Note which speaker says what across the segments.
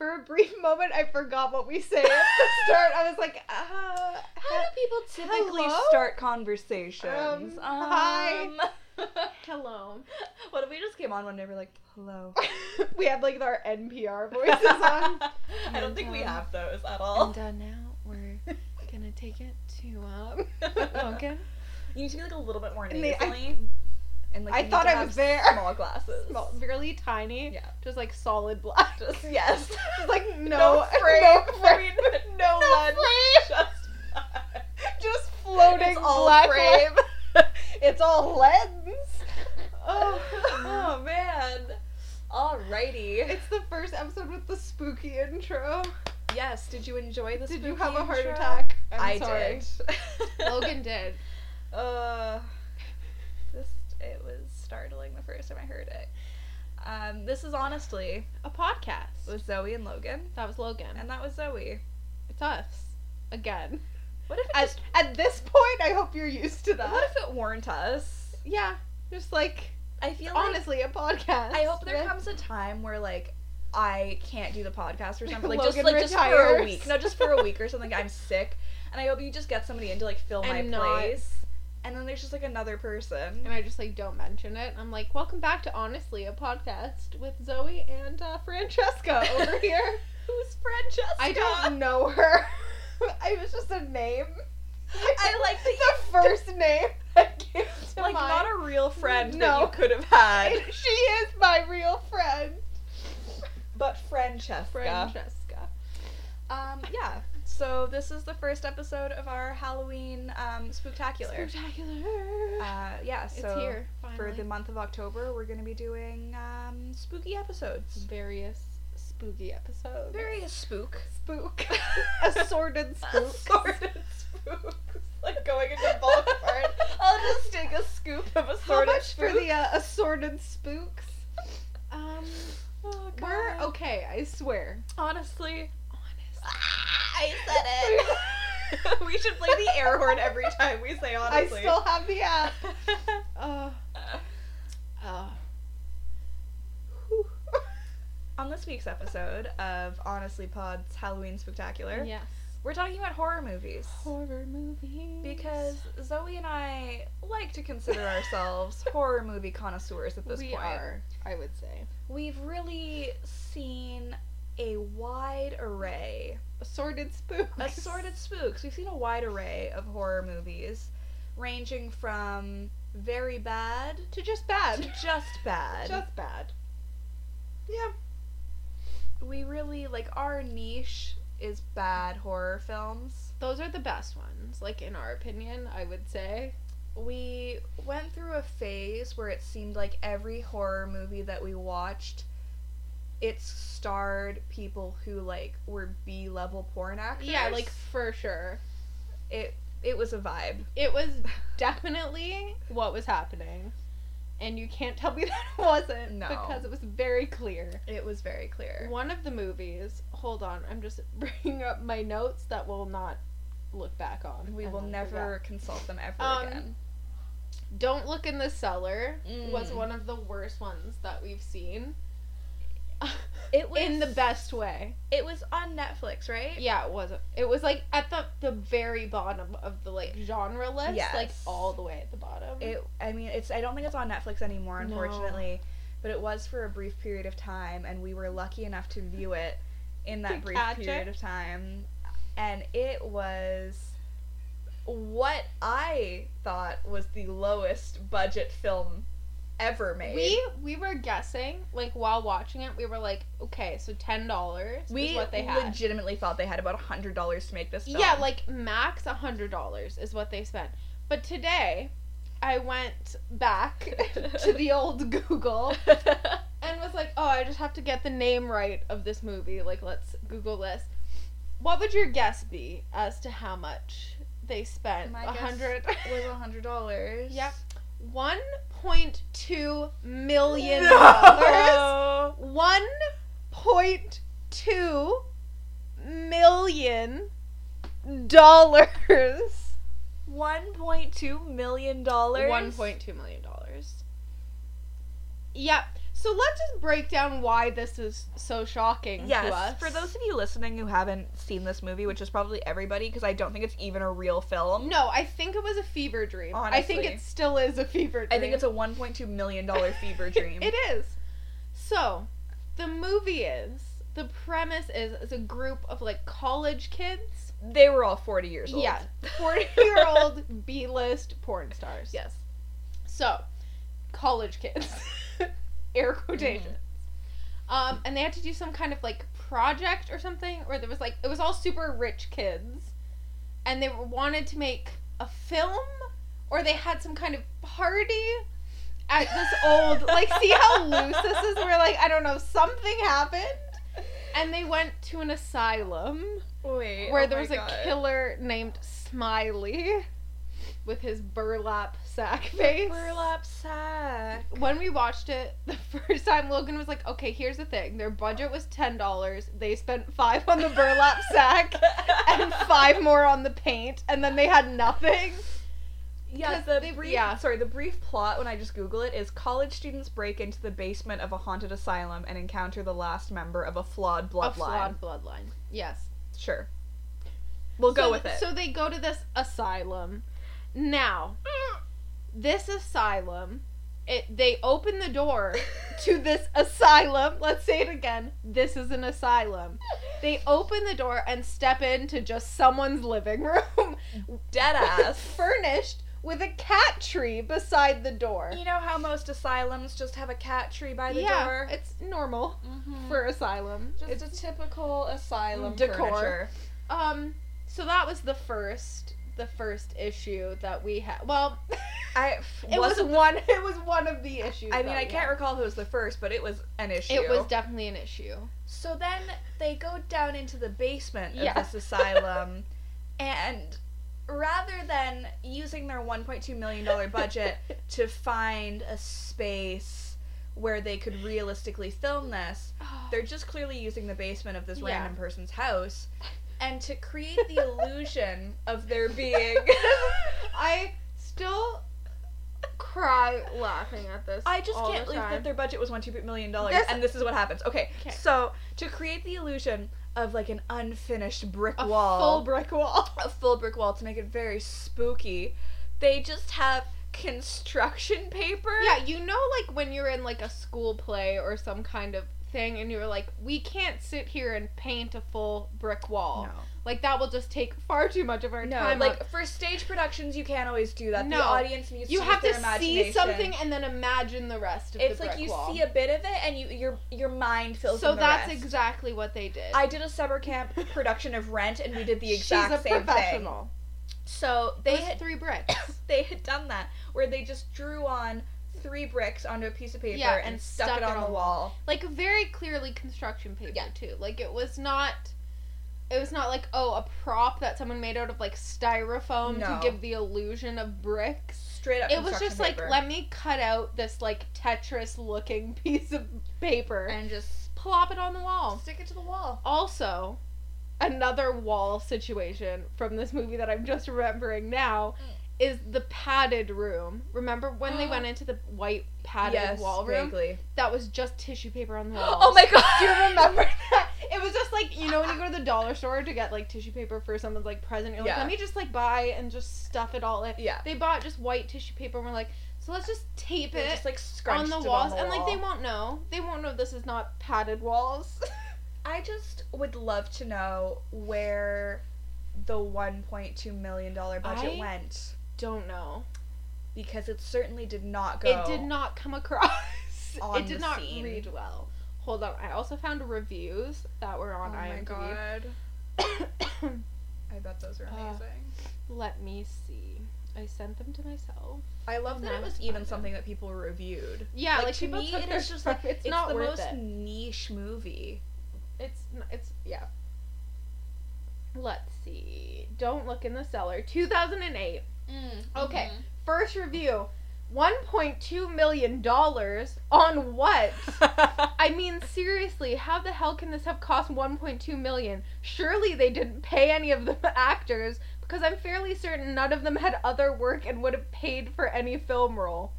Speaker 1: a brief moment, I forgot what we said at the start. I was like, uh,
Speaker 2: How do people typically
Speaker 1: hello?
Speaker 2: start conversations?
Speaker 1: Um, hi.
Speaker 2: hello. What if we just came on one day and were like, hello?
Speaker 1: we had like our NPR voices on.
Speaker 2: I don't think we
Speaker 3: um,
Speaker 2: have those at all.
Speaker 3: And uh, now we're gonna take it to um, Wonka.
Speaker 2: You need to be like a little bit more
Speaker 1: And they-
Speaker 2: nasally.
Speaker 1: I-
Speaker 2: And, like,
Speaker 1: I
Speaker 2: you need
Speaker 1: thought
Speaker 2: to
Speaker 1: I
Speaker 2: have
Speaker 1: was there.
Speaker 2: Small glasses.
Speaker 1: Small, really tiny,
Speaker 2: Yeah.
Speaker 1: just like solid black.
Speaker 2: Just, yes.
Speaker 1: Just like
Speaker 2: No
Speaker 1: no,
Speaker 2: frame.
Speaker 1: no
Speaker 2: I
Speaker 1: frame,
Speaker 2: mean,
Speaker 1: no,
Speaker 2: no
Speaker 1: lens,
Speaker 2: Just
Speaker 1: just floating
Speaker 2: It's all
Speaker 1: black
Speaker 2: frame.
Speaker 1: lens. it's all lens.
Speaker 2: oh, oh man. Alrighty.
Speaker 1: It's the first episode with the spooky intro.
Speaker 2: Yes. Did you enjoy this?
Speaker 1: Did you have a heart attack? I'm
Speaker 2: i
Speaker 1: sorry.
Speaker 2: did.
Speaker 3: Logan did.
Speaker 2: Uh, this it was startling the first time I heard it. Um, this is honestly
Speaker 3: A podcast.
Speaker 2: with Zoe and Logan,
Speaker 3: That was Logan.
Speaker 2: and that was Zoe.
Speaker 3: It's us. Again.
Speaker 2: What if it
Speaker 1: At,
Speaker 2: just,
Speaker 1: at this point, I hope you're used to
Speaker 2: what
Speaker 1: that.
Speaker 2: if it warn't us?
Speaker 1: Yeah, just like
Speaker 2: I feel like
Speaker 1: honestly, a podcast.
Speaker 2: I hope there
Speaker 1: with-
Speaker 2: comes a time where like I can't do the podcast or something. Like just
Speaker 1: Logan
Speaker 2: like just for a
Speaker 1: retires.
Speaker 2: week. No, just for a week or something. I'm sick, and I hope you just get somebody in to like fill my
Speaker 3: And not-
Speaker 2: place. And then there's just like another person.
Speaker 3: And I just like don't mention it. I'm like, welcome back to Honestly, a podcast with Zoe and uh, Francesca over here.
Speaker 2: Who's Francesca?
Speaker 1: I don't know her. I was just a name.
Speaker 2: I like that
Speaker 1: the first name that came to
Speaker 2: like
Speaker 1: mind.
Speaker 2: not a real friend that
Speaker 1: No.
Speaker 2: you could have had,
Speaker 1: It- she is my real friend.
Speaker 2: but Francesca.
Speaker 3: Francesca.
Speaker 2: Um, yeah. So this is the first episode of our Halloween um, spooktacular.
Speaker 3: Spectacular.
Speaker 2: Uh, yeah. So
Speaker 3: it's here.
Speaker 2: for
Speaker 3: Finally.
Speaker 2: the month of October, we're gonna be doing um, spooky episodes.
Speaker 3: various spooky episodes.
Speaker 2: Very spook.
Speaker 1: Spook. Assorted spook.
Speaker 2: Assorted spooks. Like going into ballpark. I'll just take a scoop of assorted
Speaker 1: How much for
Speaker 2: spooks.
Speaker 1: the uh, assorted spooks?
Speaker 3: Um,
Speaker 2: Oh,
Speaker 3: we're
Speaker 2: God.
Speaker 3: okay. I swear.
Speaker 2: Honestly,
Speaker 3: Honest.
Speaker 2: I said it. we should play the air horn every time we say honestly.
Speaker 1: I still have the app.
Speaker 3: Uh, uh,
Speaker 2: On this week's episode of Honestly Pod's Halloween Spectacular,
Speaker 3: yes.
Speaker 2: we're talking about horror movies.
Speaker 3: Horror movies.
Speaker 2: Because Zoe and I like to consider ourselves horror movie connoisseurs at this
Speaker 3: we
Speaker 2: point.
Speaker 3: are, I would say,
Speaker 2: We've really seen a wide array
Speaker 3: assorted spooks.
Speaker 2: assorted spooks. We've seen a wide array of horror movies, ranging from very bad
Speaker 3: to just
Speaker 2: to
Speaker 3: bad.
Speaker 2: just bad.
Speaker 3: just bad.
Speaker 1: Yeah.
Speaker 2: we really like our niche is bad horror films.
Speaker 3: Those are the best ones, like in our opinion, I would say.
Speaker 2: We went through a phase where it seemed like every horror movie that we watched it starred people who like were B level porn actors.
Speaker 3: Yeah, like for sure.
Speaker 2: it it was a vibe.
Speaker 3: It was definitely what was happening. And you can't tell me that it wasn't
Speaker 2: No.
Speaker 3: because it was very clear.
Speaker 2: It was very clear.
Speaker 3: One of the movies, hold on, I'm just bringing up my notes that will not look back on.
Speaker 2: We
Speaker 3: and
Speaker 2: will
Speaker 3: I'll
Speaker 2: never consult them ever
Speaker 3: Um,
Speaker 2: again.
Speaker 3: forget. Don't Look in the Cellar was
Speaker 2: Mm.
Speaker 3: one of the worst ones that we've seen.
Speaker 2: It was
Speaker 3: in the best way.
Speaker 2: It was on Netflix, right?
Speaker 3: Yeah, it wasn't. It was like at the the very bottom of the like genre list, like
Speaker 2: Yes.
Speaker 3: all the way at the bottom.
Speaker 2: It. I mean, it's. I don't think it's on Netflix anymore,
Speaker 3: No.
Speaker 2: unfortunately. But it was for a brief period of time, and we were lucky enough to view it in that
Speaker 3: To
Speaker 2: brief
Speaker 3: catch
Speaker 2: period
Speaker 3: it.
Speaker 2: of time, and it was what I thought was the lowest budget film ever made.
Speaker 3: we we were guessing like while watching it, we were like, okay, so ten dollars is
Speaker 2: We
Speaker 3: what they had.
Speaker 2: legitimately thought they had about a hundred dollars to make this film.
Speaker 3: Yeah, like max a hundred dollars is what they spent. But today, I went back to the old Google and was like, oh, I just have to get the name right of this movie. Like, let's Google this. What would your guess be as to how much they spent?
Speaker 2: My
Speaker 3: A
Speaker 2: guess
Speaker 3: hundred.
Speaker 2: was a hundred dollars.
Speaker 3: Yep. One point two million dollars.
Speaker 2: No.
Speaker 3: One point two million dollars.
Speaker 2: One point two million dollars.
Speaker 3: One point two million dollars. Yep. So let's just break down why this is so shocking to
Speaker 2: Yes,
Speaker 3: us.
Speaker 2: for those of you listening who haven't seen this movie, which is probably everybody, because I don't think it's even a real film.
Speaker 3: No, I think it was a fever dream. I think
Speaker 2: Honestly.
Speaker 3: it still is a fever dream.
Speaker 2: I think it's a 1.2 million dollar fever dream.
Speaker 3: it is. So, the movie is the premise is it's a group of like college kids.
Speaker 2: They were all 40 years old.
Speaker 3: Yeah, forty-year-old B-list porn stars.
Speaker 2: yes.
Speaker 3: So, college kids, air quotations. Um, and they had to do some kind of like project or something, where there was like it was all super rich kids, and they were- wanted to make a film, or they had some kind of party at this old like see how loose this is. Where like I don't know something happened, and they went to an asylum
Speaker 2: Wait.
Speaker 3: where
Speaker 2: oh
Speaker 3: there
Speaker 2: my
Speaker 3: was
Speaker 2: God.
Speaker 3: a killer named Smiley with his burlap sack face.
Speaker 2: Burlap sack.
Speaker 3: When we watched it the first time, Logan was like, "Okay, here's the thing. Their budget was ten dollars. They spent five on the burlap sack and five more on the paint, and then they had nothing."
Speaker 2: Yeah,
Speaker 3: 'Cause
Speaker 2: the
Speaker 3: they-
Speaker 2: brief
Speaker 3: yeah.
Speaker 2: sorry, the brief plot when I just Google it is college students break into the basement of a haunted asylum and encounter the last member of a flawed
Speaker 3: A
Speaker 2: bloodline.
Speaker 3: flawed bloodline. Yes.
Speaker 2: Sure. We'll go
Speaker 3: So-
Speaker 2: with it.
Speaker 3: So they go to this asylum. Now, this asylum, it they open the door to this asylum. Let's say it again. This is an asylum. They open the door and step into just someone's living room,
Speaker 2: Dead ass.
Speaker 3: furnished with a cat tree beside the door.
Speaker 2: you know how most asylums just have a cat tree by the
Speaker 3: yeah,
Speaker 2: door?
Speaker 3: it's normal
Speaker 2: Mhm.
Speaker 3: for asylum.
Speaker 2: just
Speaker 3: It's-
Speaker 2: a typical asylum
Speaker 3: Decor.
Speaker 2: furniture.
Speaker 3: um, so that was the first, the first issue that we had. Well,
Speaker 2: I f-
Speaker 3: it was
Speaker 2: wasn't the-
Speaker 3: one. It was one of the issues.
Speaker 2: I mean,
Speaker 3: that
Speaker 2: I
Speaker 3: we
Speaker 2: can't
Speaker 3: had.
Speaker 2: recall if it was the first, but it was an issue.
Speaker 3: It was definitely an issue.
Speaker 2: So then they go down into the basement of
Speaker 3: Yeah.
Speaker 2: this asylum, and rather than using their $1.2 million budget to find a space where they could realistically film this, they're just clearly using the basement of this
Speaker 3: Yeah.
Speaker 2: random person's house. And to create the illusion of there being.
Speaker 3: I still cry laughing at this.
Speaker 2: I just
Speaker 3: all
Speaker 2: can't
Speaker 3: the
Speaker 2: believe
Speaker 3: time.
Speaker 2: that their budget was one two million dollars,
Speaker 3: This-
Speaker 2: and this is what happens. Okay,
Speaker 3: 'Kay.
Speaker 2: so to create the illusion of like an unfinished brick
Speaker 3: a
Speaker 2: wall,
Speaker 3: full brick wall.
Speaker 2: a full brick wall to make it very spooky, they just have construction paper.
Speaker 3: Yeah, you know, like when you're in like a school play or some kind of thing, and you're like, we can't sit here and paint a full brick wall. Like that will just take far too much of our
Speaker 2: No,
Speaker 3: time.
Speaker 2: like for stage productions, you can't always do that.
Speaker 3: No.
Speaker 2: The audience needs
Speaker 3: you
Speaker 2: to
Speaker 3: have
Speaker 2: use
Speaker 3: to
Speaker 2: their
Speaker 3: see
Speaker 2: imagination.
Speaker 3: something and then imagine the rest of
Speaker 2: It's
Speaker 3: the brick
Speaker 2: like you
Speaker 3: wall.
Speaker 2: see a bit of it, and you your your mind fills.
Speaker 3: so
Speaker 2: in the
Speaker 3: that's
Speaker 2: rest.
Speaker 3: exactly what they did.
Speaker 2: I did a summer camp production of Rent, and we did the exact
Speaker 3: She's a
Speaker 2: same thing.
Speaker 3: professional.
Speaker 2: So
Speaker 3: They
Speaker 2: they
Speaker 3: had
Speaker 2: had
Speaker 3: three bricks.
Speaker 2: they had done that where they just drew on three bricks onto a piece of paper
Speaker 3: Yeah,
Speaker 2: and, stuck, it on, the wall.
Speaker 3: like very clearly construction paper
Speaker 2: Yeah.
Speaker 3: too. Like it was not it was not like oh a prop that someone made out of like styrofoam to
Speaker 2: No.
Speaker 3: give the illusion of bricks.
Speaker 2: Straight up.
Speaker 3: It was
Speaker 2: construction
Speaker 3: just
Speaker 2: paper.
Speaker 3: like let me cut out this like Tetris looking piece of paper and
Speaker 2: and just
Speaker 3: plop it on the wall.
Speaker 2: stick it to the wall.
Speaker 3: Also, another wall situation from this movie that I'm just remembering now
Speaker 2: Mm.
Speaker 3: is the padded room. Remember when they went into the white padded wall room?
Speaker 2: vaguely.
Speaker 3: That was just tissue paper on the wall.
Speaker 2: Oh my god!
Speaker 3: Do you remember that? It was just like you know when you go to the dollar store to get like tissue paper for someone's like present. You're like,
Speaker 2: Yeah.
Speaker 3: let me just like buy and just stuff it all in.
Speaker 2: Yeah.
Speaker 3: They bought just white tissue paper and we're like, so let's just tape
Speaker 2: They
Speaker 3: it
Speaker 2: just like scrunched
Speaker 3: on the
Speaker 2: it
Speaker 3: walls
Speaker 2: on the
Speaker 3: and like they
Speaker 2: wall.
Speaker 3: won't know. They won't know this is not padded walls.
Speaker 2: I just would love to know where the 1.2 million dollar
Speaker 3: I-
Speaker 2: budget went
Speaker 3: Don't know.
Speaker 2: because it certainly did not go.
Speaker 3: It did not come across.
Speaker 2: On
Speaker 3: it did
Speaker 2: the
Speaker 3: not
Speaker 2: scene.
Speaker 3: read well. Hold on. I also found reviews that were
Speaker 2: Oh
Speaker 3: on
Speaker 2: my
Speaker 3: IMDb.
Speaker 2: god! I bet those are
Speaker 3: Uh,
Speaker 2: amazing.
Speaker 3: Let me see. I sent them to myself.
Speaker 2: I love
Speaker 3: and
Speaker 2: that
Speaker 3: now
Speaker 2: it was
Speaker 3: it's
Speaker 2: even
Speaker 3: fine.
Speaker 2: something that people reviewed.
Speaker 3: Yeah, like,
Speaker 2: to
Speaker 3: people
Speaker 2: me,
Speaker 3: took
Speaker 2: it
Speaker 3: their
Speaker 2: is just
Speaker 3: time.
Speaker 2: like
Speaker 3: it's,
Speaker 2: it's
Speaker 3: not
Speaker 2: the
Speaker 3: worth
Speaker 2: most
Speaker 3: it.
Speaker 2: niche movie.
Speaker 3: It's n- it's yeah. Let's see. Don't look in the cellar. 2008. Mm, Okay. First review. 1.2 million dollars on what? I mean seriously, how the hell can this have cost 1.2 million? Surely they didn't pay any of the actors because I'm fairly certain none of them had other work and would have paid for any film role.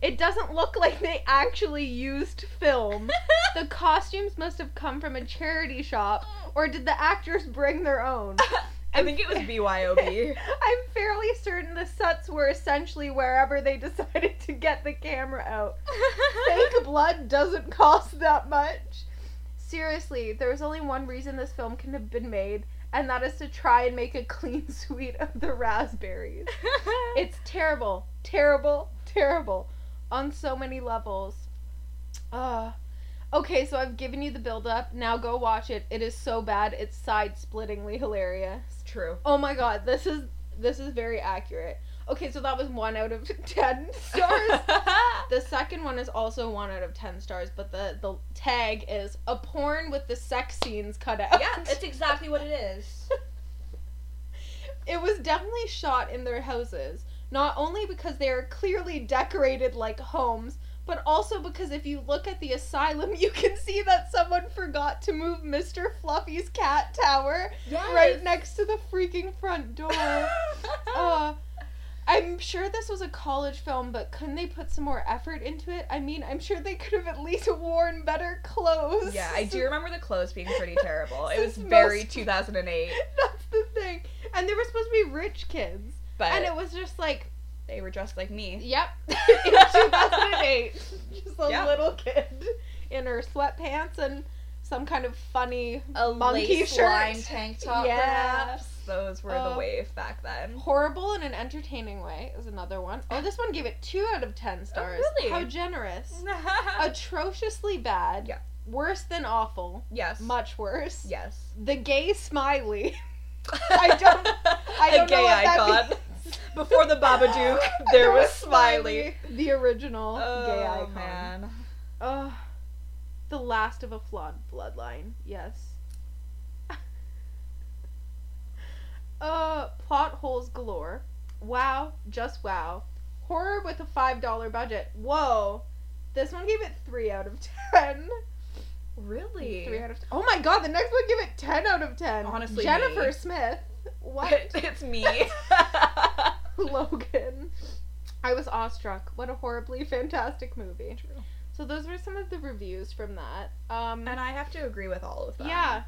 Speaker 3: It doesn't look like they actually used film. the costumes must have come from a charity shop, or did the actors bring their own?
Speaker 2: I think it was BYOB.
Speaker 3: I'm fairly certain the sets were essentially wherever they decided to get the camera out. Fake blood doesn't cost that much. Seriously, there is only one reason this film can have been made, and that is to try and make a clean sweep of the raspberries. It's terrible, terrible, terrible on so many levels. Uh Okay, so I've given you the build up. Now go watch it. It is so bad. It's side-splittingly hilarious.
Speaker 2: true.
Speaker 3: Oh my god, this is this is very accurate. Okay, so that was 1 out of 10 stars. the second one is also 1 out of 10 stars, but the the tag is a porn with the sex scenes cut out.
Speaker 2: yeah, it's exactly what it is.
Speaker 3: It was definitely shot in their houses, not only because they are clearly decorated like homes, but also because if you look at the asylum, you can see that someone forgot to move Mr. Fluffy's cat tower
Speaker 2: Yes.
Speaker 3: right next to the freaking front
Speaker 2: Oh.
Speaker 3: door. uh, I'm sure this was a college film, but couldn't they put some more effort into it? I mean, I'm sure they could have at least worn better clothes.
Speaker 2: yeah, I do remember the clothes being pretty terrible. It was
Speaker 3: Since
Speaker 2: very
Speaker 3: most-
Speaker 2: 2008,
Speaker 3: That's the thing. And they were supposed to be rich kids.
Speaker 2: but
Speaker 3: and it was just like,
Speaker 2: they were dressed like me.
Speaker 3: yep, in 2008. Just a
Speaker 2: Yeah.
Speaker 3: little kid in her sweatpants and some kind of funny
Speaker 2: A
Speaker 3: Monkey
Speaker 2: lace
Speaker 3: shirt.
Speaker 2: lined tank top,
Speaker 3: Yeah.
Speaker 2: perhaps. Those were
Speaker 3: Uh,
Speaker 2: the wave back then.
Speaker 3: horrible in an entertaining way is another one. Oh, this one gave it two out of ten stars.
Speaker 2: Oh, really?
Speaker 3: How generous. Atrociously bad.
Speaker 2: Yeah.
Speaker 3: Worse than awful.
Speaker 2: yes.
Speaker 3: Much worse.
Speaker 2: yes.
Speaker 3: The gay smiley. I don't- I
Speaker 2: A
Speaker 3: don't know
Speaker 2: gay
Speaker 3: what that
Speaker 2: icon.
Speaker 3: means.
Speaker 2: Before the Babadook, there was Smiley.
Speaker 3: The original gay
Speaker 2: Oh,
Speaker 3: icon.
Speaker 2: man.
Speaker 3: Ugh. The last of a flawed bloodline. Yes. uh, plot holes galore. Wow, just wow. Horror with a $5 budget. Whoa. This one gave it 3 out of 10.
Speaker 2: Really?
Speaker 3: 3 out of 10. Oh my god, the next one gave it 10 out of 10.
Speaker 2: Honestly,
Speaker 3: Jennifer
Speaker 2: me.
Speaker 3: Smith. What?
Speaker 2: it's me.
Speaker 3: Logan. I was awestruck. What a horribly fantastic movie. So those were some of the reviews from that. Um
Speaker 2: And I have to agree with all of them.
Speaker 3: yeah,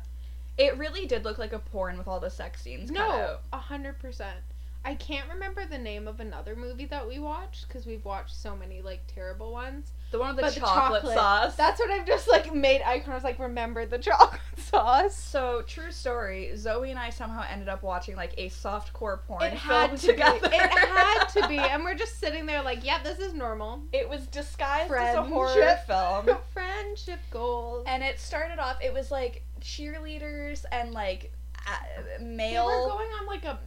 Speaker 2: It really did look like a porn with all the sex scenes cut
Speaker 3: no,
Speaker 2: out.
Speaker 3: a hundred percent. I can't remember the name of another movie that we watched because we've watched so many like terrible ones.
Speaker 2: The one with the,
Speaker 3: But the
Speaker 2: chocolate,
Speaker 3: chocolate,
Speaker 2: sauce.
Speaker 3: That's what I've just like made icons like remember the chocolate sauce.
Speaker 2: so true story. Zoe and I somehow ended up watching like a softcore porn
Speaker 3: It
Speaker 2: film
Speaker 3: had to
Speaker 2: together.
Speaker 3: be. It had to be, and we're just sitting there like, yeah, this is normal.
Speaker 2: It was disguised as a
Speaker 3: Friendship.
Speaker 2: horror film.
Speaker 3: Friendship goals.
Speaker 2: and it started off it was like cheerleaders and like uh,
Speaker 3: we were
Speaker 2: male
Speaker 3: going on like a,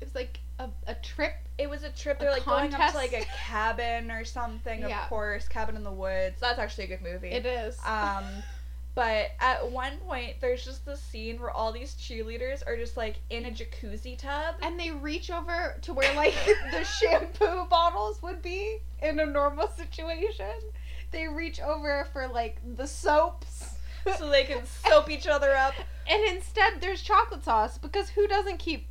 Speaker 3: it's like a, a trip.
Speaker 2: it was a trip
Speaker 3: a
Speaker 2: they're like going up
Speaker 3: contest.
Speaker 2: to like a cabin or something
Speaker 3: Yeah.
Speaker 2: of course cabin in the woods that's actually a good movie
Speaker 3: It is.
Speaker 2: um but at one point there's just this scene where all these cheerleaders are just like in a jacuzzi tub
Speaker 3: and they reach over to where like the shampoo bottles would be in a normal situation. They reach over for like the soaps.
Speaker 2: so they can soap each other up
Speaker 3: And instead there's chocolate sauce because who doesn't keep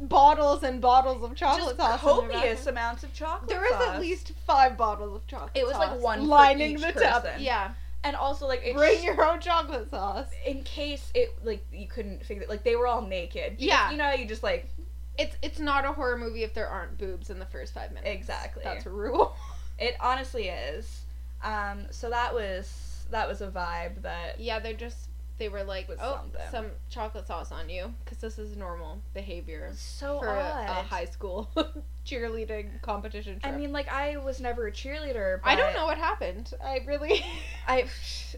Speaker 3: bottles and bottles of chocolate
Speaker 2: just
Speaker 3: sauce? in their
Speaker 2: copious
Speaker 3: bathroom?
Speaker 2: amounts of chocolate
Speaker 3: There was
Speaker 2: sauce.
Speaker 3: at least five bottles of chocolate.
Speaker 2: It was, like,
Speaker 3: sauce
Speaker 2: one for
Speaker 3: lining
Speaker 2: each
Speaker 3: the tub.
Speaker 2: person.
Speaker 3: Yeah,
Speaker 2: and also like it
Speaker 3: bring your own chocolate sauce.
Speaker 2: in case it like you couldn't figure like they were all naked You
Speaker 3: Yeah.
Speaker 2: just- you know you just like
Speaker 3: It's it's not a horror movie if there aren't boobs in the first five minutes.
Speaker 2: Exactly.
Speaker 3: That's a rule.
Speaker 2: It honestly is. Um, so that was that was a vibe that
Speaker 3: Yeah, they're just they were like,
Speaker 2: With
Speaker 3: oh,
Speaker 2: something.
Speaker 3: some chocolate sauce on you, because this is normal behavior
Speaker 2: was so
Speaker 3: for a,
Speaker 2: odd.
Speaker 3: a high school cheerleading competition
Speaker 2: I
Speaker 3: trip.
Speaker 2: mean, like I was never a cheerleader. But
Speaker 3: I don't know what happened. I really,
Speaker 2: I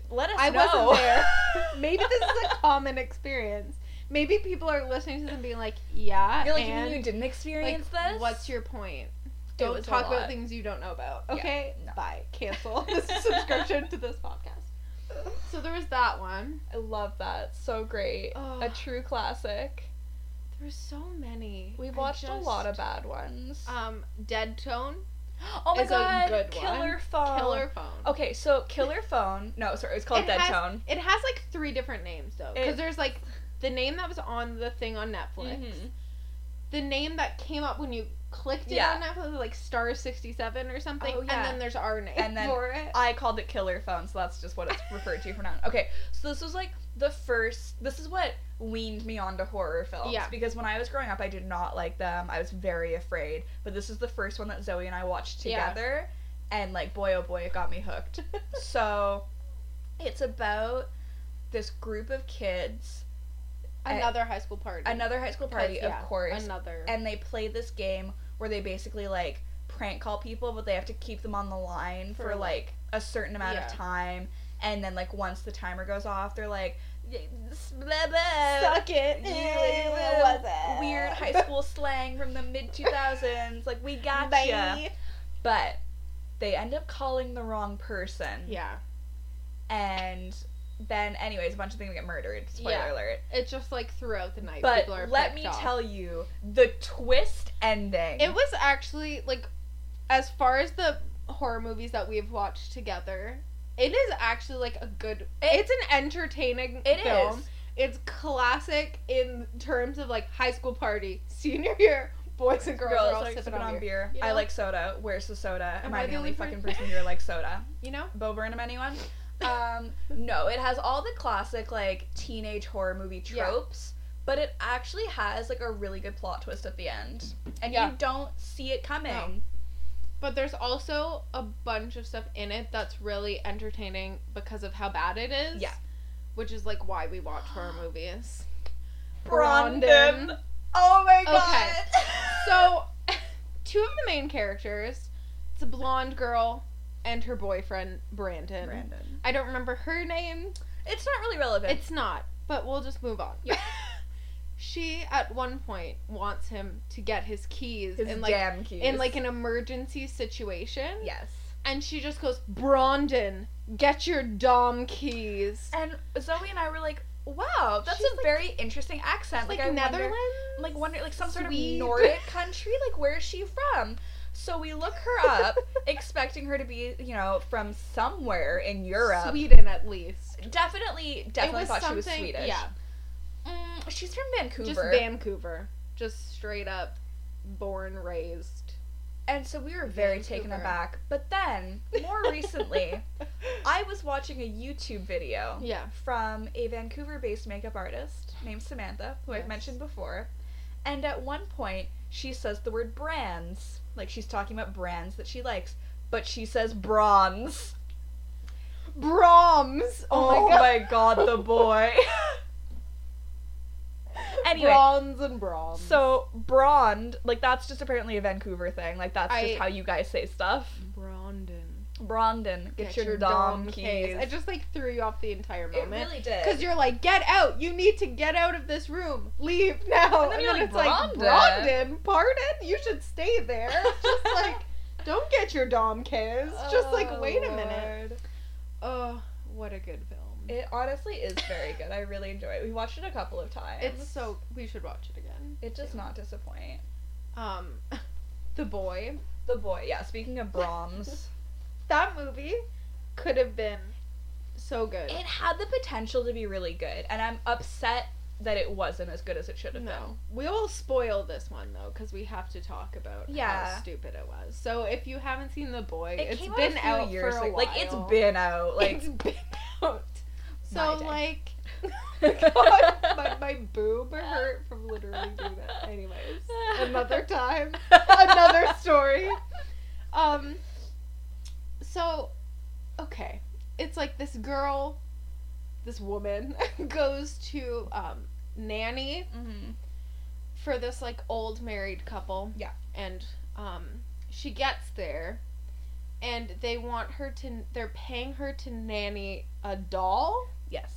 Speaker 2: let us
Speaker 3: I
Speaker 2: know.
Speaker 3: wasn't there. Maybe this is a common experience. Maybe people are listening to them being like, yeah,
Speaker 2: You're like, you mean
Speaker 3: and
Speaker 2: you didn't
Speaker 3: like,
Speaker 2: experience this.
Speaker 3: what's your point?
Speaker 2: It
Speaker 3: Don't
Speaker 2: was a
Speaker 3: talk about
Speaker 2: lot.
Speaker 3: things you don't know about.
Speaker 2: Yeah,
Speaker 3: Okay,
Speaker 2: no.
Speaker 3: bye. Cancel this subscription to this podcast. So there was that one.
Speaker 2: I love that. So great.
Speaker 3: Oh.
Speaker 2: A true classic.
Speaker 3: There were so many.
Speaker 2: We've
Speaker 3: I
Speaker 2: watched a lot
Speaker 3: just-
Speaker 2: of bad ones.
Speaker 3: Um, Dead Tone,
Speaker 2: oh my
Speaker 3: is a
Speaker 2: god,
Speaker 3: good one.
Speaker 2: Killer Phone.
Speaker 3: Killer Phone.
Speaker 2: Okay, so Killer Phone. No, sorry, it's called
Speaker 3: It
Speaker 2: Dead
Speaker 3: has-
Speaker 2: Tone.
Speaker 3: It has like three different names though, because
Speaker 2: It-
Speaker 3: there's like the name that was on the thing on Netflix,
Speaker 2: Mhm.
Speaker 3: the name that came up when you clicked it
Speaker 2: Yeah.
Speaker 3: on Netflix, like star sixty seven or something,
Speaker 2: Oh, yeah.
Speaker 3: and then there's our name
Speaker 2: And then-
Speaker 3: for it.
Speaker 2: I called it killer phone, so that's just what it's referred to for now. Okay, so this was like the first. This is what weaned me onto horror films.
Speaker 3: Yeah.
Speaker 2: Because when I was growing up, I did not like them. I was very afraid. But this is the first one that Zoe and I watched
Speaker 3: Yeah.
Speaker 2: together, and like boy oh boy, it got me hooked. so, it's about this group of kids,
Speaker 3: another high school party.
Speaker 2: another high school
Speaker 3: 'Cause,
Speaker 2: party,
Speaker 3: yeah,
Speaker 2: of course,
Speaker 3: Another.
Speaker 2: and they play this game where they basically like prank call people but they have to keep them on the line for,
Speaker 3: For,
Speaker 2: like
Speaker 3: like-
Speaker 2: a certain amount
Speaker 3: Yeah.
Speaker 2: of time and then like once the timer goes off they're like "Y- s- blah, blah."
Speaker 3: it.
Speaker 2: You, like, little weird high school slang from the mid 2000s like we gotcha but they end up calling the wrong person
Speaker 3: Yeah.
Speaker 2: and then anyways a bunch of things get murdered spoiler
Speaker 3: Yeah.
Speaker 2: alert
Speaker 3: It's just like throughout the night.
Speaker 2: but
Speaker 3: people are
Speaker 2: let
Speaker 3: picked
Speaker 2: me
Speaker 3: off.
Speaker 2: tell you the twist ending
Speaker 3: It was actually like, as far as the horror movies that we've watched together, it is actually like a good. it's an entertaining
Speaker 2: It is.
Speaker 3: film. It's classic in terms of like high school party, senior year, boys and girls, are all
Speaker 2: like,
Speaker 3: sipping on, beer. You
Speaker 2: I
Speaker 3: know?
Speaker 2: like soda. Where's the soda? Am,
Speaker 3: Am
Speaker 2: I,
Speaker 3: I
Speaker 2: the
Speaker 3: the
Speaker 2: only
Speaker 3: only
Speaker 2: fucking
Speaker 3: person-
Speaker 2: person here like soda?
Speaker 3: You know,
Speaker 2: Bo Burnham, anyone? Um, no, it has all the classic like teenage horror movie
Speaker 3: Yeah.
Speaker 2: tropes, but it actually has like a really good plot twist at the end, and
Speaker 3: Yeah.
Speaker 2: you don't see it coming.
Speaker 3: No. but there's also a bunch of stuff in it that's really entertaining because of how bad it is.
Speaker 2: Yeah.
Speaker 3: Which is like why we watch horror movies.
Speaker 2: Brandon. Oh my god.
Speaker 3: Okay. So, two of the main characters, it's a blonde girl and her boyfriend Brandon.
Speaker 2: Brandon.
Speaker 3: I don't remember her name.
Speaker 2: It's not really relevant.
Speaker 3: It's not, but we'll just move on.
Speaker 2: Yeah.
Speaker 3: she at one point wants him to get his keys
Speaker 2: His
Speaker 3: in like
Speaker 2: damn keys.
Speaker 3: in like an emergency situation,
Speaker 2: yes.
Speaker 3: and she just goes, "Brandon, get your dom keys."
Speaker 2: And Zoe and I were like, "Wow, that's
Speaker 3: She's
Speaker 2: a
Speaker 3: like-
Speaker 2: very interesting accent." Like, I wonder.
Speaker 3: Netherlands,
Speaker 2: I'm, like wonder like some sort of
Speaker 3: Swede.
Speaker 2: Nordic country. Like where is she from? So we look her up, expecting her to be you know from somewhere in Europe.
Speaker 3: Sweden at least.
Speaker 2: Definitely, definitely
Speaker 3: was
Speaker 2: thought she was
Speaker 3: something-
Speaker 2: Swedish.
Speaker 3: yeah.
Speaker 2: Mm, she's from Vancouver.
Speaker 3: Just Vancouver, just straight up, born raised.
Speaker 2: and so we were very taken
Speaker 3: Vancouver.
Speaker 2: aback. But then, more recently, I was watching a YouTube video
Speaker 3: yeah,
Speaker 2: from a Vancouver based makeup artist named Samantha, who I've
Speaker 3: Yes.
Speaker 2: mentioned before. And at one point, she says the word brands. Like she's talking about brands that she likes, but she says bronze.
Speaker 3: Brahms.
Speaker 2: Oh, my, god. the boy. anyway,
Speaker 3: Bronze and Brahms.
Speaker 2: so brond, like that's just apparently a Vancouver thing. Like that's
Speaker 3: I-
Speaker 2: just how you guys say stuff.
Speaker 3: Brandon,
Speaker 2: Brondon, get, your, dom, keys.
Speaker 3: I just like threw you off the entire
Speaker 2: it
Speaker 3: moment
Speaker 2: really did.
Speaker 3: because you're like, get out! You need to get out of this room. Leave now.
Speaker 2: And then you're like,
Speaker 3: it's like,
Speaker 2: "Brandon."
Speaker 3: Brandon, pardon? You should stay there. just like, don't get your dom keys. just like,
Speaker 2: Oh,
Speaker 3: wait a minute.
Speaker 2: Lord.
Speaker 3: Oh, what a good film.
Speaker 2: It honestly is very good. I really enjoy it. We watched it a couple of times.
Speaker 3: It's so we should watch it again.
Speaker 2: it does not disappoint.
Speaker 3: Um, the boy.
Speaker 2: The boy, yeah. Speaking of Brahms,
Speaker 3: That movie could have been so good.
Speaker 2: it had the potential to be really good, and I'm upset that it wasn't as good as it should have
Speaker 3: no, we will spoil this one though because we have to talk about
Speaker 2: Yeah.
Speaker 3: how stupid it was. So if you haven't seen the boy,
Speaker 2: been.
Speaker 3: has
Speaker 2: It came
Speaker 3: been
Speaker 2: out, a few years
Speaker 3: for a
Speaker 2: ago.
Speaker 3: while.
Speaker 2: Like it's been out. Like
Speaker 3: it's been out.
Speaker 2: My
Speaker 3: So
Speaker 2: day.
Speaker 3: like, God, my, my boob hurt from literally doing that. Anyways, another time. another story. Um so okay. It's like this girl this woman goes to um nanny
Speaker 2: Mhm.
Speaker 3: for this like old married couple.
Speaker 2: Yeah.
Speaker 3: And um she gets there and they want her to they're paying her to nanny a doll
Speaker 2: Yes.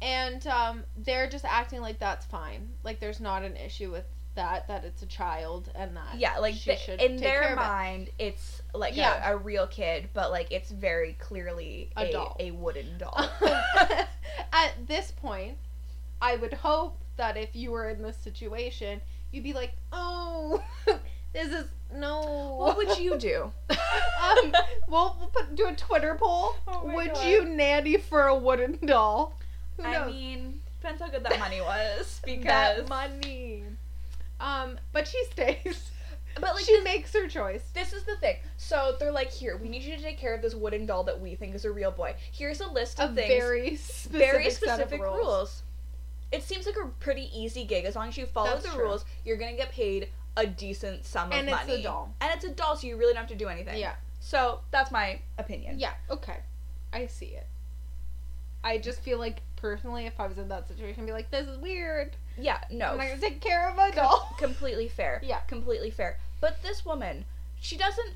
Speaker 3: and um they're just acting like that's fine. Like there's not an issue with that that it's a child and that
Speaker 2: Yeah. Like
Speaker 3: She
Speaker 2: the-
Speaker 3: should
Speaker 2: in
Speaker 3: take care
Speaker 2: their
Speaker 3: of it.
Speaker 2: mind, it's like
Speaker 3: Yeah.
Speaker 2: a, a real kid, but like it's very clearly
Speaker 3: A doll.
Speaker 2: a wooden doll.
Speaker 3: at this point, I would hope that if you were in this situation, you'd be like, "Oh, this is no."
Speaker 2: what would you do?
Speaker 3: Um, we'll, we'll put do a Twitter poll.
Speaker 2: Oh my
Speaker 3: would
Speaker 2: God.
Speaker 3: you nanny for a wooden doll? Who knows?
Speaker 2: I mean, depends how good that money was because
Speaker 3: that money. Um, but she stays.
Speaker 2: But like
Speaker 3: she
Speaker 2: this,
Speaker 3: makes her choice.
Speaker 2: this is the thing. So they're like, here, we need you to take care of this wooden doll that we think is a real boy. Here's a list
Speaker 3: A
Speaker 2: of things,
Speaker 3: very specific,
Speaker 2: very
Speaker 3: set of
Speaker 2: specific rules. It seems like a pretty easy gig as long as you follow
Speaker 3: That's
Speaker 2: the
Speaker 3: true.
Speaker 2: rules. You're gonna get paid a decent sum
Speaker 3: And
Speaker 2: of
Speaker 3: it's
Speaker 2: money.
Speaker 3: a doll.
Speaker 2: And it's a doll, so you really don't have to do anything.
Speaker 3: Yeah.
Speaker 2: So that's my opinion.
Speaker 3: Yeah. Okay. I see it. I just feel like personally, if I was in that situation, I'd be like, "This is weird.
Speaker 2: Yeah. No.
Speaker 3: I'm not gonna take care of a
Speaker 2: Com-
Speaker 3: doll."
Speaker 2: completely fair.
Speaker 3: Yeah.
Speaker 2: Completely fair. But this woman, she doesn't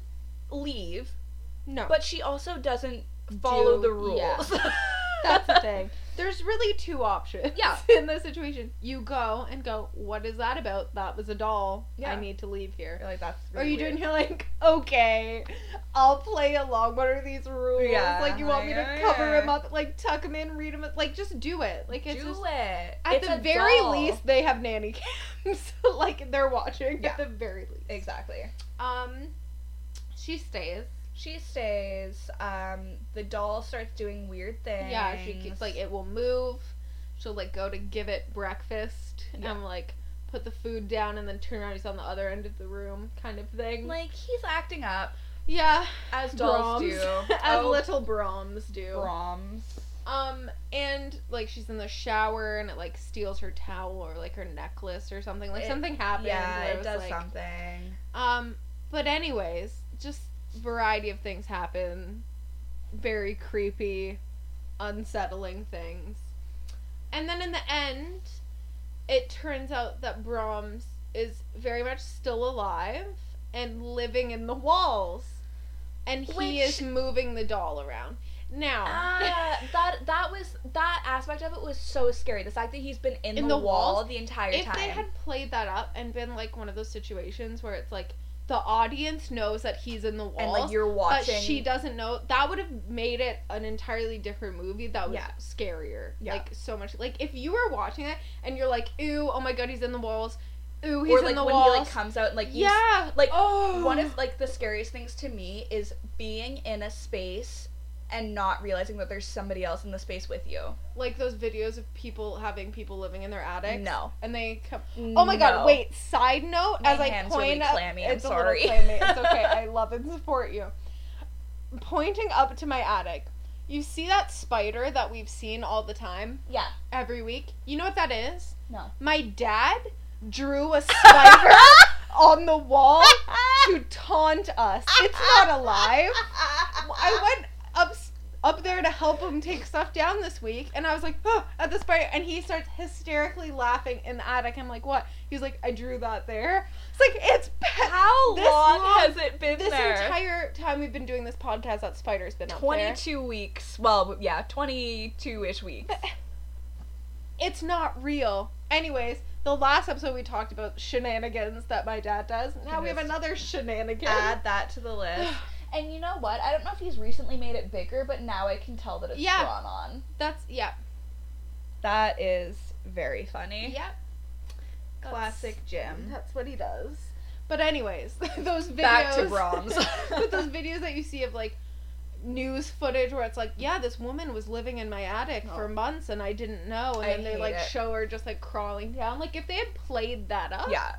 Speaker 2: leave,
Speaker 3: No.
Speaker 2: but she also doesn't follow
Speaker 3: Do-
Speaker 2: the
Speaker 3: yeah.
Speaker 2: rules.
Speaker 3: That's the thing. There's really two options.
Speaker 2: Yeah.
Speaker 3: In this situation, you go and go, what is that about? That was a doll.
Speaker 2: Yeah.
Speaker 3: I need to leave here.
Speaker 2: You're like that's.
Speaker 3: Or you
Speaker 2: really
Speaker 3: doing
Speaker 2: weird.
Speaker 3: you're like, okay, I'll play along. What are these rules?
Speaker 2: Yeah,
Speaker 3: Like you want me to
Speaker 2: like,
Speaker 3: cover
Speaker 2: yeah.
Speaker 3: him up, like tuck him in, read him, like just do it. Like it's
Speaker 2: do
Speaker 3: just
Speaker 2: it
Speaker 3: at
Speaker 2: It's
Speaker 3: the
Speaker 2: a
Speaker 3: very
Speaker 2: doll.
Speaker 3: least they have nanny cams. like they're watching
Speaker 2: Yeah.
Speaker 3: at the very least.
Speaker 2: Exactly.
Speaker 3: Um, she stays.
Speaker 2: She stays. Um, the doll starts doing weird things.
Speaker 3: Yeah, she keeps like it will move. She'll like go to give it breakfast
Speaker 2: Yeah.
Speaker 3: and like put the food down and then turn around. He's on the other end of the room, kind of thing.
Speaker 2: like he's acting up
Speaker 3: yeah,
Speaker 2: as dolls
Speaker 3: Brahms.
Speaker 2: do.
Speaker 3: as
Speaker 2: Oh,
Speaker 3: little Brahms do.
Speaker 2: Brahms.
Speaker 3: Um, and like she's in the shower and it like steals her towel or like her necklace or something. Like
Speaker 2: It-
Speaker 3: something happens.
Speaker 2: Yeah,
Speaker 3: where
Speaker 2: it
Speaker 3: was,
Speaker 2: does
Speaker 3: like-
Speaker 2: something.
Speaker 3: Um, but anyways, just variety of things happen. Very creepy, unsettling things. And then in the end, it turns out that Brahms is very much still alive and living in the walls. And he
Speaker 2: Which-
Speaker 3: is moving the doll around. Now,
Speaker 2: Uh, that that was that aspect of it was so scary. The fact that he's been in, the, wall the entire
Speaker 3: if
Speaker 2: time.
Speaker 3: they had played that up and been like one of those situations where it's like the audience knows that he's in the walls,
Speaker 2: and like you're
Speaker 3: but
Speaker 2: watching
Speaker 3: she doesn't know that would have made it an entirely different movie that was
Speaker 2: Yeah.
Speaker 3: scarier
Speaker 2: Yeah.
Speaker 3: like so much like if you were watching it and you're like ooh oh my god he's in the walls ooh he's
Speaker 2: or
Speaker 3: in
Speaker 2: like
Speaker 3: the
Speaker 2: when
Speaker 3: walls
Speaker 2: he like comes out and, like you s-
Speaker 3: yeah
Speaker 2: like,
Speaker 3: oh
Speaker 2: one of like the scariest things to me is being in a space and not realizing that there's somebody else in the space with you.
Speaker 3: like those videos of people having people living in their attics
Speaker 2: No.
Speaker 3: and they come oh my god
Speaker 2: No.
Speaker 3: wait side note
Speaker 2: My
Speaker 3: as I
Speaker 2: hand's
Speaker 3: point
Speaker 2: really
Speaker 3: up
Speaker 2: clammy, I'm
Speaker 3: it's a little
Speaker 2: sorry.
Speaker 3: clammy, it's okay I love and support you pointing up to my attic you see that spider that we've seen all the time
Speaker 2: Yeah.
Speaker 3: every week. You know what that is?
Speaker 2: No.
Speaker 3: My dad drew a spider on the wall to taunt us. It's not alive. I went up up there to help him take stuff down this week, and I was like, oh, at the spider, and he starts hysterically laughing in the attic. I'm like, what? He's like, I drew that there. It's like it's pet.
Speaker 2: How
Speaker 3: This
Speaker 2: long,
Speaker 3: long-
Speaker 2: has it been
Speaker 3: This
Speaker 2: there?
Speaker 3: entire time we've been doing this podcast, that spider's been up there.
Speaker 2: 22 weeks. Well, yeah, 22-ish weeks.
Speaker 3: it's not real. Anyways, the last episode we talked about shenanigans that my dad does. Now we have
Speaker 2: Yes.
Speaker 3: another shenanigan.
Speaker 2: Add that to the list. And you know what? I don't know if he's recently made it bigger, but now I can tell that it's
Speaker 3: Yeah.
Speaker 2: drawn on.
Speaker 3: That's yeah,
Speaker 2: That is very funny.
Speaker 3: yeah.
Speaker 2: Classic
Speaker 3: That's,
Speaker 2: Jim.
Speaker 3: that's what he does. But anyways, those videos.
Speaker 2: Back to Brahms.
Speaker 3: but those videos that you see of like news footage where it's like, yeah, this woman was living in my attic
Speaker 2: Oh.
Speaker 3: for months and I didn't know, and
Speaker 2: I
Speaker 3: then they
Speaker 2: hate
Speaker 3: like
Speaker 2: it.
Speaker 3: show her just like crawling down. Like if they had played that up,
Speaker 2: Yeah.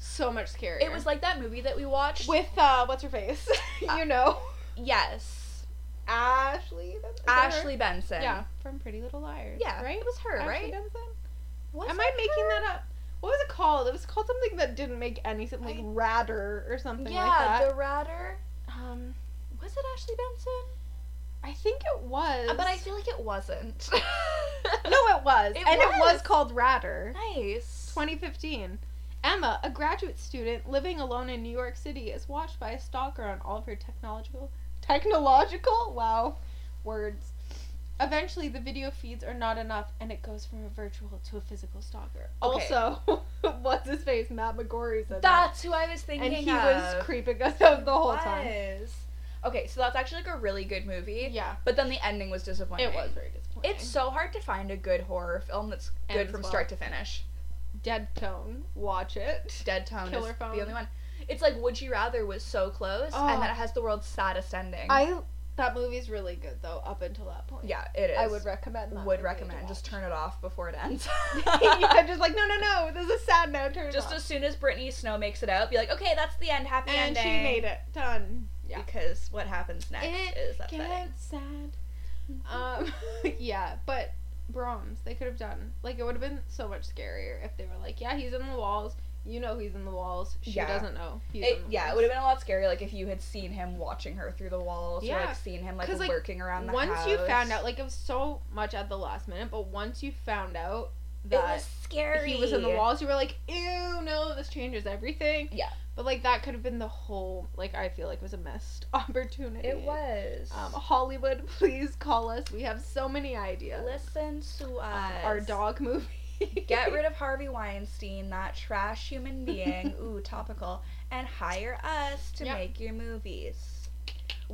Speaker 3: so much scarier.
Speaker 2: It was like that movie that we watched.
Speaker 3: with uh, what's her face?
Speaker 2: Uh,
Speaker 3: you know.
Speaker 2: yes.
Speaker 3: Ashley. Is that her?
Speaker 2: Ashley Benson.
Speaker 3: Yeah, from Pretty Little Liars.
Speaker 2: Yeah.
Speaker 3: right.
Speaker 2: It was her,
Speaker 3: Ashley
Speaker 2: right?
Speaker 3: Benson?
Speaker 2: Was
Speaker 3: Am
Speaker 2: it
Speaker 3: I making
Speaker 2: her?
Speaker 3: that up? What was it called? It was called something that didn't make any sense, like
Speaker 2: I-
Speaker 3: Ratter or something
Speaker 2: Yeah,
Speaker 3: like that.
Speaker 2: the Ratter.
Speaker 3: Um,
Speaker 2: Was it Ashley Benson?
Speaker 3: I think it was.
Speaker 2: Uh, But I feel like it wasn't.
Speaker 3: no, it was,
Speaker 2: It
Speaker 3: and it was
Speaker 2: was.
Speaker 3: called Ratter.
Speaker 2: Nice.
Speaker 3: 2015. Emma, a graduate student living alone in New York City, is watched by a stalker on all of her technological technological wow words. Eventually, the video feeds are not enough, and it goes from a virtual to a physical stalker.
Speaker 2: Okay.
Speaker 3: Also, what's his face? Matt McGorry's in that,
Speaker 2: That's who I was thinking
Speaker 3: and he
Speaker 2: of.
Speaker 3: was creeping us out the whole time.
Speaker 2: Was. Okay, so that's actually like a really good movie.
Speaker 3: Yeah,
Speaker 2: But then the ending was disappointing.
Speaker 3: it was very disappointing.
Speaker 2: It's so hard to find a good horror film that's good
Speaker 3: Ends
Speaker 2: from
Speaker 3: well.
Speaker 2: start to finish.
Speaker 3: dead tone. Watch it.
Speaker 2: Dead Tone
Speaker 3: Killer
Speaker 2: is
Speaker 3: Phone.
Speaker 2: the only one. It's like Would You Rather was so close,
Speaker 3: Oh.
Speaker 2: and then it has the world's saddest ending.
Speaker 3: I That movie's really good though. Up until that point,
Speaker 2: Yeah, it is.
Speaker 3: I would recommend. That
Speaker 2: would
Speaker 3: movie to
Speaker 2: recommend. Just
Speaker 3: watch.
Speaker 2: turn it off before it ends.
Speaker 3: yeah, just like no, no, no. This is sad now. Turn it
Speaker 2: Just
Speaker 3: off.
Speaker 2: as soon as Brittany Snow makes it out, be like, okay, that's the end. Happy
Speaker 3: and
Speaker 2: ending.
Speaker 3: she made it done. Yeah.
Speaker 2: Because what happens next
Speaker 3: It
Speaker 2: is upsetting.
Speaker 3: Get sad. Um, yeah, but Brahms, they could have done like it would have been so much scarier if they were like, yeah, he's in the walls. You know he's in the walls. She
Speaker 2: Yeah.
Speaker 3: doesn't know. He's
Speaker 2: It- yeah, it would have been a lot scarier, like if you had seen him watching her through the walls, or
Speaker 3: Yeah.
Speaker 2: like seen him like
Speaker 3: 'Cause, like,
Speaker 2: lurking around the
Speaker 3: Once
Speaker 2: house.
Speaker 3: you found out, like it was so much at the last minute, but once you found out
Speaker 2: it
Speaker 3: that
Speaker 2: was scary.
Speaker 3: he was in the walls, you were like, ew, no, this changes everything.
Speaker 2: Yeah.
Speaker 3: But like that could have been the whole like I feel like was a missed opportunity.
Speaker 2: It was.
Speaker 3: Um, Hollywood, please call us. We have so many ideas.
Speaker 2: Listen to
Speaker 3: Um,
Speaker 2: us.
Speaker 3: our dog movie.
Speaker 2: Get rid of Harvey Weinstein, that trash human being. Ooh, topical. And hire us to
Speaker 3: Yep.
Speaker 2: make your movies.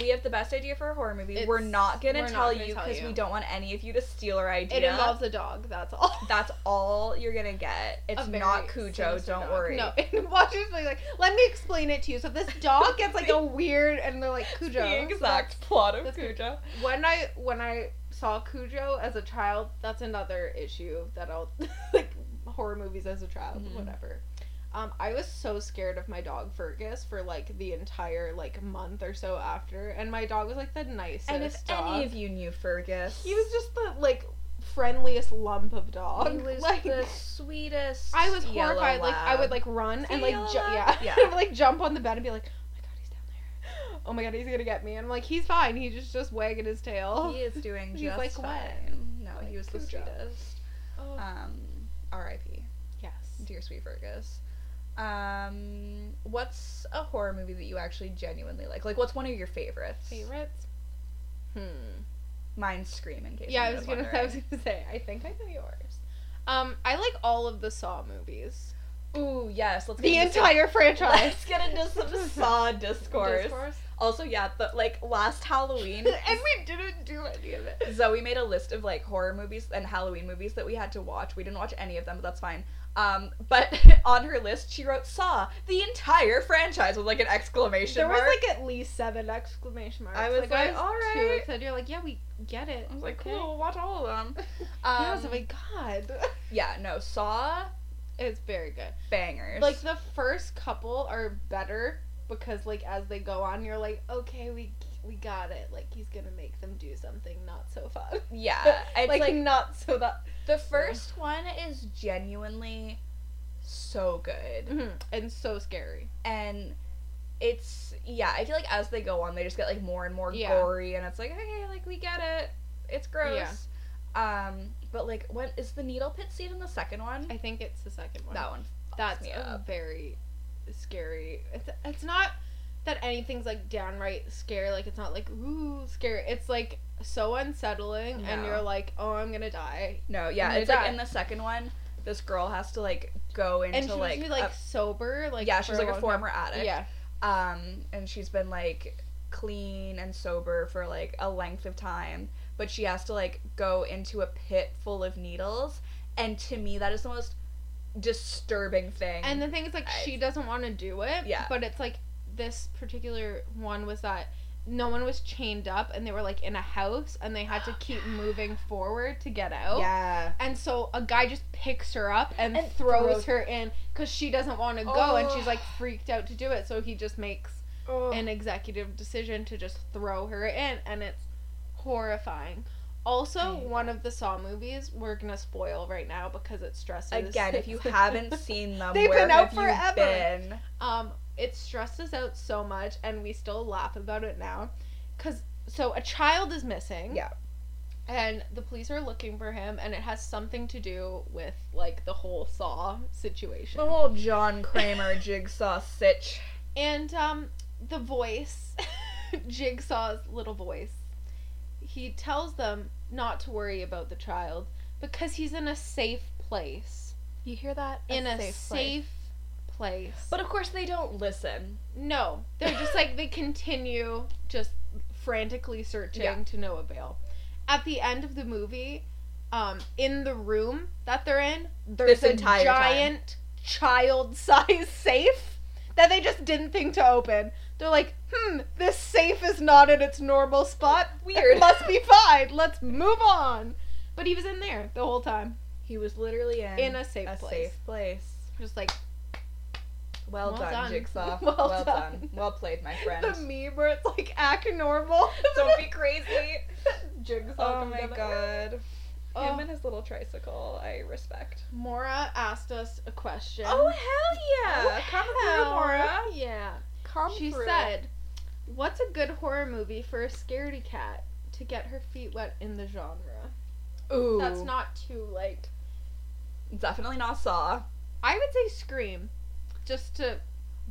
Speaker 2: We have the best idea for a horror movie. we're
Speaker 3: It's-
Speaker 2: not gonna
Speaker 3: we're not
Speaker 2: tell
Speaker 3: gonna
Speaker 2: you
Speaker 3: tell
Speaker 2: because we
Speaker 3: you.
Speaker 2: don't want any of you to steal our idea.
Speaker 3: It involves a dog. That's all.
Speaker 2: That's all you're gonna get.
Speaker 3: A
Speaker 2: It's
Speaker 3: very
Speaker 2: not Cujo.
Speaker 3: sinister
Speaker 2: Don't
Speaker 3: dog.
Speaker 2: worry.
Speaker 3: No, and Washington's like, like, let me explain it to you. So this dog gets like a weird, and they're like Cujo.
Speaker 2: The
Speaker 3: So
Speaker 2: exact plot of
Speaker 3: that's-
Speaker 2: Cujo.
Speaker 3: that's- when I when I saw Cujo as a child, that's another issue that I'll like horror movies as a child,
Speaker 2: Mhm.
Speaker 3: whatever. Um, I was so scared of my dog Fergus for like the entire like month or so after, and my dog was like the nicest.
Speaker 2: And if
Speaker 3: dog.
Speaker 2: any of you knew Fergus,
Speaker 3: He was just the like friendliest lump of dog.
Speaker 2: he was
Speaker 3: like
Speaker 2: the sweetest.
Speaker 3: I was
Speaker 2: yellow
Speaker 3: horrified. Like I would
Speaker 2: lab.
Speaker 3: like run and like
Speaker 2: yellow
Speaker 3: ju- yeah,
Speaker 2: lab?
Speaker 3: yeah.
Speaker 2: Yeah.
Speaker 3: I would like jump on the bed and be like, oh my god, he's down there. Oh my god, he's gonna get me. And I'm like, he's fine. He's just just wagging his tail.
Speaker 2: He is doing
Speaker 3: He's
Speaker 2: just
Speaker 3: like,
Speaker 2: fine.
Speaker 3: "What?"
Speaker 2: No,
Speaker 3: Like,
Speaker 2: he was the
Speaker 3: Cujo.
Speaker 2: sweetest.
Speaker 3: Oh,
Speaker 2: Um, R.I.P.
Speaker 3: yes.
Speaker 2: Dear sweet Fergus. Um, what's a horror movie that you actually genuinely like? Like, what's one of your favorites?
Speaker 3: Favorites. Hmm.
Speaker 2: Mine's Scream. In case
Speaker 3: Yeah, I
Speaker 2: anyone's
Speaker 3: was gonna. I
Speaker 2: wondering.
Speaker 3: was gonna say. I think I know yours. Um, I like all of the Saw movies.
Speaker 2: Ooh, yes. Let's
Speaker 3: The
Speaker 2: get into
Speaker 3: entire
Speaker 2: Some,
Speaker 3: franchise.
Speaker 2: let's get into some Saw discourse.
Speaker 3: Discourse.
Speaker 2: Also, yeah, but like last Halloween,
Speaker 3: and we didn't do any of it.
Speaker 2: Zoe made a list of like horror movies and Halloween movies that we had to watch. We didn't watch any of them, but that's fine. Um, but on her list, she wrote Saw the entire franchise with like an exclamation
Speaker 3: There was
Speaker 2: mark.
Speaker 3: like at least seven exclamation marks.
Speaker 2: I was like, "All
Speaker 3: Too
Speaker 2: right."
Speaker 3: excited. You're like, yeah, we get it.
Speaker 2: I was like,
Speaker 3: okay."
Speaker 2: cool, watch all of them.
Speaker 3: yeah, I was
Speaker 2: Um,
Speaker 3: like, God,
Speaker 2: yeah, no, Saw
Speaker 3: it's very good.
Speaker 2: bangers.
Speaker 3: Like the first couple are better because like as they go on, you're like, okay, we we got it. Like he's gonna make them do something not so fun.
Speaker 2: yeah, Uh, it's
Speaker 3: like,
Speaker 2: like,
Speaker 3: not so that
Speaker 2: the first one is genuinely so good,
Speaker 3: and so scary.
Speaker 2: and it's yeah. I feel like as they go on, they just get like more and more
Speaker 3: Yeah.
Speaker 2: gory, and it's like okay, like we get it. It's gross.
Speaker 3: Yeah.
Speaker 2: Um, but like, what is the needle pit scene in the second one?
Speaker 3: I think it's the second one.
Speaker 2: that one. fucks
Speaker 3: That's
Speaker 2: me
Speaker 3: a
Speaker 2: up.
Speaker 3: very scary. It's it's not that anything's like downright scary. Like it's not like ooh scary. It's like so unsettling, and
Speaker 2: No.
Speaker 3: you're like, oh, I'm gonna die.
Speaker 2: No, yeah,
Speaker 3: And they
Speaker 2: it's like
Speaker 3: die.
Speaker 2: in the second one, this girl has to like go into
Speaker 3: and she
Speaker 2: like,
Speaker 3: like, be like
Speaker 2: a-
Speaker 3: sober. Like
Speaker 2: yeah, she's
Speaker 3: for
Speaker 2: like a
Speaker 3: long
Speaker 2: former
Speaker 3: time.
Speaker 2: addict.
Speaker 3: Yeah,
Speaker 2: um, and she's been like clean and sober for like a length of time, but she has to like go into a pit full of needles, and to me that is the most disturbing thing.
Speaker 3: and the thing is like
Speaker 2: I-
Speaker 3: she doesn't want to do it.
Speaker 2: Yeah.
Speaker 3: but it's like this particular one was that. No one was chained up, and they were like in a house, and they had to keep moving forward to get out.
Speaker 2: Oh, yeah,
Speaker 3: And so a guy just picks her up and,
Speaker 2: And
Speaker 3: throws
Speaker 2: throws-
Speaker 3: her in because she doesn't want to go and
Speaker 2: Oh.
Speaker 3: she's like freaked out to do it. So he just makes an executive decision to just throw her in and it's horrifying. Also,
Speaker 2: I hate
Speaker 3: one of the Saw movies we're gonna spoil right now because it stresses
Speaker 2: again, if you haven't seen them,
Speaker 3: They've
Speaker 2: where
Speaker 3: been out
Speaker 2: have you
Speaker 3: forever.
Speaker 2: been?
Speaker 3: um, it stresses out so much, and we still laugh about it now. Cause so a child is missing.
Speaker 2: Yeah.
Speaker 3: And the police are looking for him, and it has something to do with like the whole Saw situation.
Speaker 2: The whole John Kramer jigsaw sitch.
Speaker 3: And um, the voice, Jigsaw's little voice, he tells them not to worry about the child because he's in a safe place.
Speaker 2: You hear that?
Speaker 3: in a safe place.
Speaker 2: But of course they don't listen.
Speaker 3: No, they're just like they continue just frantically searching
Speaker 2: Yeah.
Speaker 3: to no avail. At the end of the movie, um, in the room that they're in, there's
Speaker 2: This
Speaker 3: a
Speaker 2: entire time.
Speaker 3: giant child-size safe that they just didn't think to open. They're like, hmm, this safe is not in its normal spot.
Speaker 2: Weird.
Speaker 3: It must be fine. Let's move on. But he was in there the whole time.
Speaker 2: He was literally in,
Speaker 3: In a safe place.
Speaker 2: safe place.
Speaker 3: Just like
Speaker 2: Well,
Speaker 3: Well
Speaker 2: done,
Speaker 3: done.
Speaker 2: Jigsaw. Well,
Speaker 3: Well
Speaker 2: done.
Speaker 3: done.
Speaker 2: Well played, my friend.
Speaker 3: the meme where it's like act normal.
Speaker 2: Don't be crazy.
Speaker 3: Jigsaw.
Speaker 2: Oh
Speaker 3: comes
Speaker 2: my
Speaker 3: up.
Speaker 2: god.
Speaker 3: Oh.
Speaker 2: Him and his little tricycle, I respect.
Speaker 3: Mora asked us a question.
Speaker 2: Oh hell yeah! Come through,
Speaker 3: Oh, Hell,
Speaker 2: Mora.
Speaker 3: Yeah.
Speaker 2: Come
Speaker 3: she
Speaker 2: through.
Speaker 3: said, "What's a good horror movie for a scaredy cat to get her feet wet in the genre?"
Speaker 2: "Ooh,
Speaker 3: That's not too like.
Speaker 2: definitely not Saw."
Speaker 3: I would say Scream, just to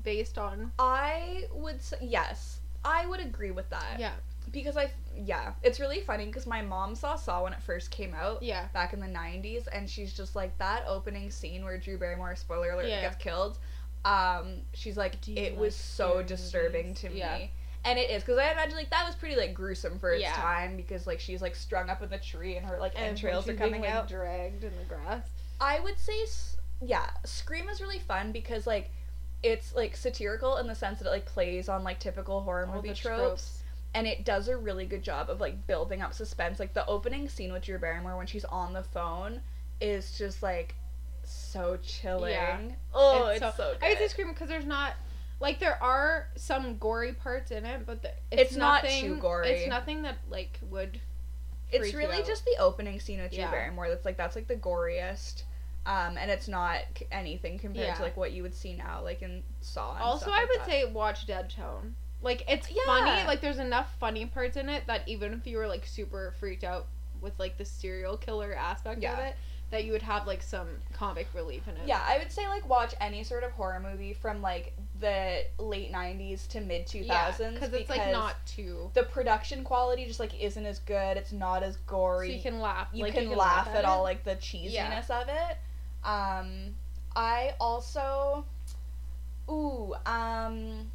Speaker 3: based on
Speaker 2: I would say yes. I would agree with that.
Speaker 3: yeah
Speaker 2: Because I yeah, it's really funny because my mom saw Saw when it first came out.
Speaker 3: yeah
Speaker 2: back in the 90s and she's just like that opening scene where drew barrymore spoiler alert
Speaker 3: Yeah.
Speaker 2: gets killed um she's like
Speaker 3: Do you
Speaker 2: it
Speaker 3: like
Speaker 2: was so
Speaker 3: scary
Speaker 2: disturbing
Speaker 3: movies?"
Speaker 2: to me
Speaker 3: Yeah.
Speaker 2: and it is because i imagine like that was pretty like gruesome for its
Speaker 3: Yeah.
Speaker 2: time because like she's like strung up in the tree and her like
Speaker 3: And
Speaker 2: entrails are
Speaker 3: she's
Speaker 2: coming
Speaker 3: being, like,
Speaker 2: out
Speaker 3: dragged in the grass.
Speaker 2: i would say s- yeah scream is really fun because like it's like satirical in the sense that it like plays on like typical horror
Speaker 3: All
Speaker 2: movie
Speaker 3: the
Speaker 2: tropes and it does a really good job of like building up suspense. Like the opening scene with Drew Barrymore when she's on the phone is just like so chilling. Oh, it's, so, good.
Speaker 3: I would say Scream because there's not like there are some gory parts in it, but the, it's,
Speaker 2: It's not too
Speaker 3: nothing,
Speaker 2: gory.
Speaker 3: It's nothing that like would
Speaker 2: it's
Speaker 3: freak you
Speaker 2: really
Speaker 3: out.
Speaker 2: just the opening scene with Drew
Speaker 3: Yeah.
Speaker 2: Barrymore that's like that's like the goriest. Um, and it's not c- anything compared
Speaker 3: Yeah.
Speaker 2: to like what you would see now, like in Saw. And
Speaker 3: Also,
Speaker 2: stuff
Speaker 3: I
Speaker 2: like
Speaker 3: would
Speaker 2: that.
Speaker 3: say watch Dead Tone. Like it's
Speaker 2: Yeah.
Speaker 3: funny. Like there's enough funny parts in it that even if you were like super freaked out with like the serial killer aspect of
Speaker 2: Yeah.
Speaker 3: it, that you would have like some comic relief in it.
Speaker 2: Yeah, I would say like watch any sort of horror movie from like the late '90s to mid 2000s
Speaker 3: because it's like not too.
Speaker 2: the production quality just like isn't as good. It's not as
Speaker 3: So
Speaker 2: gory.
Speaker 3: you can laugh.
Speaker 2: you
Speaker 3: like,
Speaker 2: can, laugh, at, all
Speaker 3: it.
Speaker 2: like the cheesiness of it. Um, I also, ooh, um,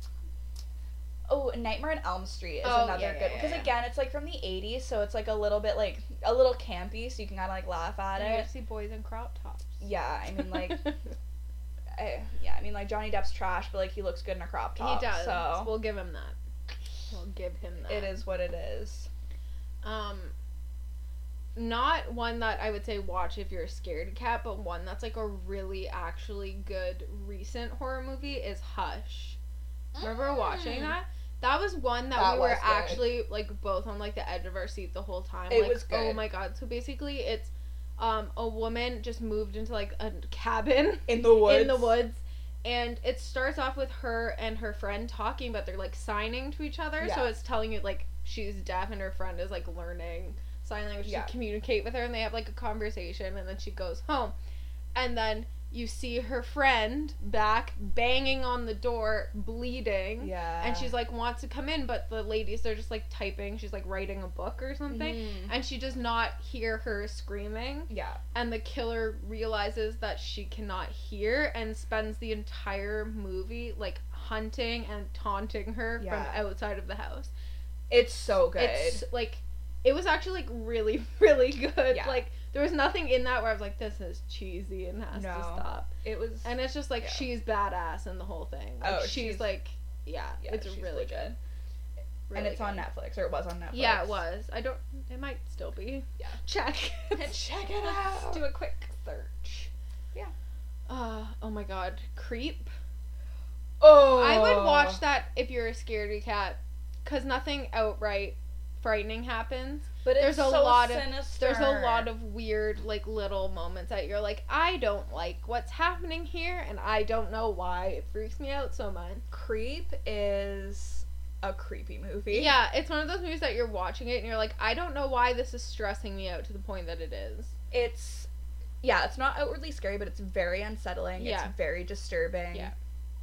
Speaker 2: oh, Nightmare on Elm Street is
Speaker 3: Oh,
Speaker 2: another
Speaker 3: yeah,
Speaker 2: good
Speaker 3: yeah,
Speaker 2: one
Speaker 3: yeah,
Speaker 2: because
Speaker 3: yeah.
Speaker 2: again, it's like from the '80s, so it's like a little bit like a little campy, so you can kind of like laugh at
Speaker 3: And you
Speaker 2: it.
Speaker 3: see boys in crop tops.
Speaker 2: Yeah, I mean like, I, yeah, I mean like Johnny Depp's trash, but like he looks good in a crop top.
Speaker 3: he does.
Speaker 2: So
Speaker 3: We'll give him that. We'll give him that.
Speaker 2: it is what it is.
Speaker 3: um not one that I would say watch if you're a scared cat, but one that's like a really actually good recent horror movie is Hush. Remember watching that? That was one that,
Speaker 2: That
Speaker 3: we were
Speaker 2: was good.
Speaker 3: actually like both on like the edge of our seat the whole time.
Speaker 2: It
Speaker 3: like,
Speaker 2: was
Speaker 3: oh
Speaker 2: good.
Speaker 3: my god. So basically it's um a woman just moved into like a cabin
Speaker 2: in the woods?
Speaker 3: in the woods and it starts off with her and her friend talking but they're like signing to each other so
Speaker 2: Yeah.
Speaker 3: it's telling you like she's deaf and her friend is like learning sign language
Speaker 2: Yeah.
Speaker 3: to communicate with her and they have like a conversation and then she goes home and then you see her friend back banging on the door bleeding
Speaker 2: Mm. Yeah.
Speaker 3: and she's like wants to come in but the ladies they're just like typing she's like writing a book or something
Speaker 2: Mhm.
Speaker 3: and she does not hear her screaming
Speaker 2: Yeah.
Speaker 3: and the killer realizes that she cannot hear and spends the entire movie like hunting and taunting her
Speaker 2: Yeah.
Speaker 3: from outside of the house.
Speaker 2: It's so good.
Speaker 3: It's like it was actually like really really good.
Speaker 2: Yeah.
Speaker 3: Like there was nothing in that where I was like this is cheesy and has to
Speaker 2: No.
Speaker 3: stop.
Speaker 2: it was
Speaker 3: And it's just like
Speaker 2: Yeah.
Speaker 3: she's badass in the whole thing. Like,
Speaker 2: Oh,
Speaker 3: she's,
Speaker 2: she's-
Speaker 3: like yeah,
Speaker 2: yeah,
Speaker 3: it's
Speaker 2: she's
Speaker 3: really
Speaker 2: legit.
Speaker 3: good.
Speaker 2: and
Speaker 3: Really
Speaker 2: it's on
Speaker 3: good.
Speaker 2: Netflix or it was on Netflix.
Speaker 3: Yeah, it was. I don't it might still be.
Speaker 2: Yeah.
Speaker 3: Check.
Speaker 2: Check it
Speaker 3: Let's
Speaker 2: out.
Speaker 3: do a quick search.
Speaker 2: Yeah.
Speaker 3: Uh, oh my god. Creep.
Speaker 2: Oh,
Speaker 3: I would watch that if you're a scaredy cat because nothing outright frightening happens.
Speaker 2: But it's
Speaker 3: There's a
Speaker 2: so
Speaker 3: lot of-
Speaker 2: sinister.
Speaker 3: There's a lot of weird, like, little moments that you're like, I don't like what's happening here and I don't know why. It freaks me out so much.
Speaker 2: creep is a creepy movie.
Speaker 3: Yeah, it's one of those movies that you're watching it and you're like, I don't know why this is stressing me out to the point that it is.
Speaker 2: it's yeah, it's not outwardly scary, but it's very unsettling.
Speaker 3: Yeah.
Speaker 2: It's very disturbing.
Speaker 3: Yeah.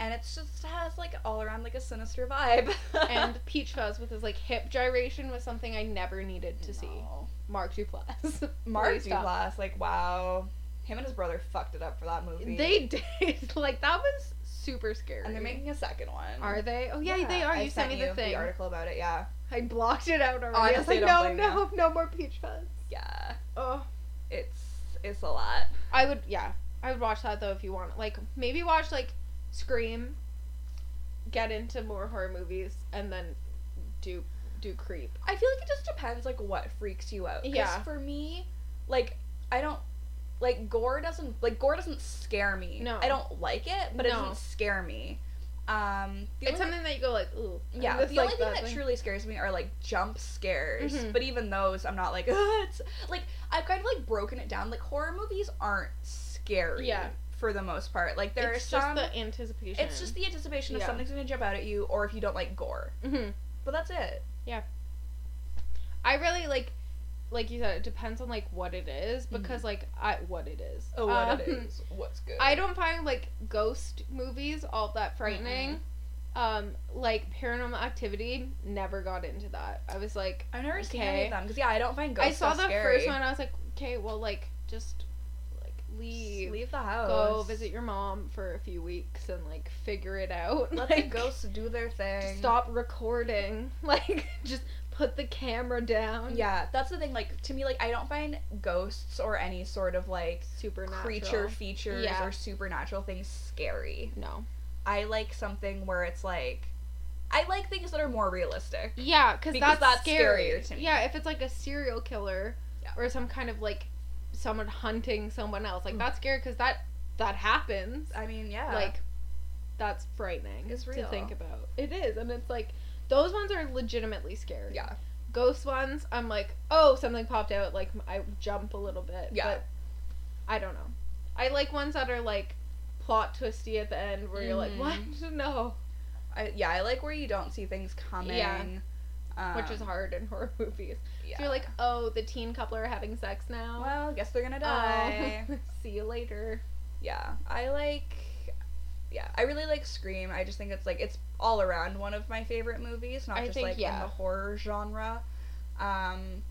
Speaker 2: And it's just has like all around like a sinister vibe.
Speaker 3: and Peach Fuzz with his like hip gyration was something I never needed to see.
Speaker 2: No.
Speaker 3: Mark Duplass.
Speaker 2: Mark
Speaker 3: Please stop.
Speaker 2: Duplass, like wow, him and his brother fucked it up for that movie.
Speaker 3: They did like that was super scary.
Speaker 2: and they're making a second one.
Speaker 3: Are they? Oh yeah, they are.
Speaker 2: I
Speaker 3: You sent me the thing.
Speaker 2: article about it. Yeah,
Speaker 3: I blocked it out already.
Speaker 2: Honestly,
Speaker 3: I
Speaker 2: don't
Speaker 3: was like,
Speaker 2: blame
Speaker 3: no, no, no more Peach Fuzz.
Speaker 2: yeah.
Speaker 3: Oh,
Speaker 2: It's it's a lot.
Speaker 3: I would. Yeah, I would watch that though if you want. Like maybe watch like Scream, get into more horror movies and then do do creep.
Speaker 2: I feel like it just depends, like what freaks you out. 'Cause
Speaker 3: Yeah.
Speaker 2: For me, like I don't like gore doesn't like gore doesn't scare me.
Speaker 3: No.
Speaker 2: I don't like it, but it
Speaker 3: No.
Speaker 2: doesn't scare me. Um, the
Speaker 3: It's
Speaker 2: only-
Speaker 3: something that you go like, ooh. and
Speaker 2: yeah,
Speaker 3: that's
Speaker 2: the
Speaker 3: like
Speaker 2: only thing
Speaker 3: that
Speaker 2: that truly scares me are like jump scares.
Speaker 3: Mhm.
Speaker 2: But even those, I'm not like "Ugh, it's like I've kind of like broken it down. Like horror movies aren't scary.
Speaker 3: Yeah.
Speaker 2: For the most part, like there
Speaker 3: it's
Speaker 2: are
Speaker 3: just
Speaker 2: some.
Speaker 3: the anticipation.
Speaker 2: it's just the anticipation
Speaker 3: Yeah.
Speaker 2: of something's gonna jump out at you, or if you don't like gore.
Speaker 3: hmm
Speaker 2: But that's it.
Speaker 3: I really like, like you said, it depends on like what it is because like I Mm-hmm. what it is.
Speaker 2: Oh, what it
Speaker 3: Um,
Speaker 2: is, what's good.
Speaker 3: I don't find like ghost movies all that frightening. Um, like Paranormal Activity, never got into that. I was like,
Speaker 2: I've never seen any
Speaker 3: Okay.
Speaker 2: of them because yeah, I don't find ghosts.
Speaker 3: I saw
Speaker 2: that
Speaker 3: the
Speaker 2: scary.
Speaker 3: first one. I was like, okay, well, like just like
Speaker 2: Just
Speaker 3: leave,
Speaker 2: Leave the house.
Speaker 3: go visit your mom for a few weeks and like figure it out.
Speaker 2: Let
Speaker 3: Like,
Speaker 2: the ghosts do their thing.
Speaker 3: Stop recording. Like, just put the camera down.
Speaker 2: Yeah, that's the thing. Like to me, like I don't find ghosts or any sort of like
Speaker 3: Supernatural.
Speaker 2: creature features
Speaker 3: Yeah.
Speaker 2: or supernatural things scary.
Speaker 3: No.
Speaker 2: I like something where it's like, I like things that are more realistic.
Speaker 3: Yeah, cause
Speaker 2: Because
Speaker 3: that's,
Speaker 2: that's
Speaker 3: scary.
Speaker 2: scarier to me.
Speaker 3: Yeah, if it's like a serial killer
Speaker 2: Yeah.
Speaker 3: or some kind of like someone hunting someone else, like
Speaker 2: Mm.
Speaker 3: that's scary because that that happens.
Speaker 2: I mean, yeah,
Speaker 3: Like, that's frightening
Speaker 2: It's
Speaker 3: to
Speaker 2: real.
Speaker 3: think about. It is, and it's like those ones are legitimately scary.
Speaker 2: yeah,
Speaker 3: Ghost ones, I'm like, oh, something popped out. Like I jump a little bit.
Speaker 2: Yeah.
Speaker 3: But I don't know. I like ones that are like plot twisty at the end where you're like,
Speaker 2: Mhm.
Speaker 3: what? No.
Speaker 2: I, yeah. I like where you don't see things coming. Um,
Speaker 3: Which is hard in horror movies.
Speaker 2: Yeah.
Speaker 3: So you're like, oh, the teen couple are having sex now.
Speaker 2: well, guess they're gonna
Speaker 3: Oh,
Speaker 2: die.
Speaker 3: see you later.
Speaker 2: yeah i like yeah i really like scream i just think it's like it's all around one of my favorite movies not
Speaker 3: I
Speaker 2: just
Speaker 3: think,
Speaker 2: like
Speaker 3: yeah.
Speaker 2: in the horror genre um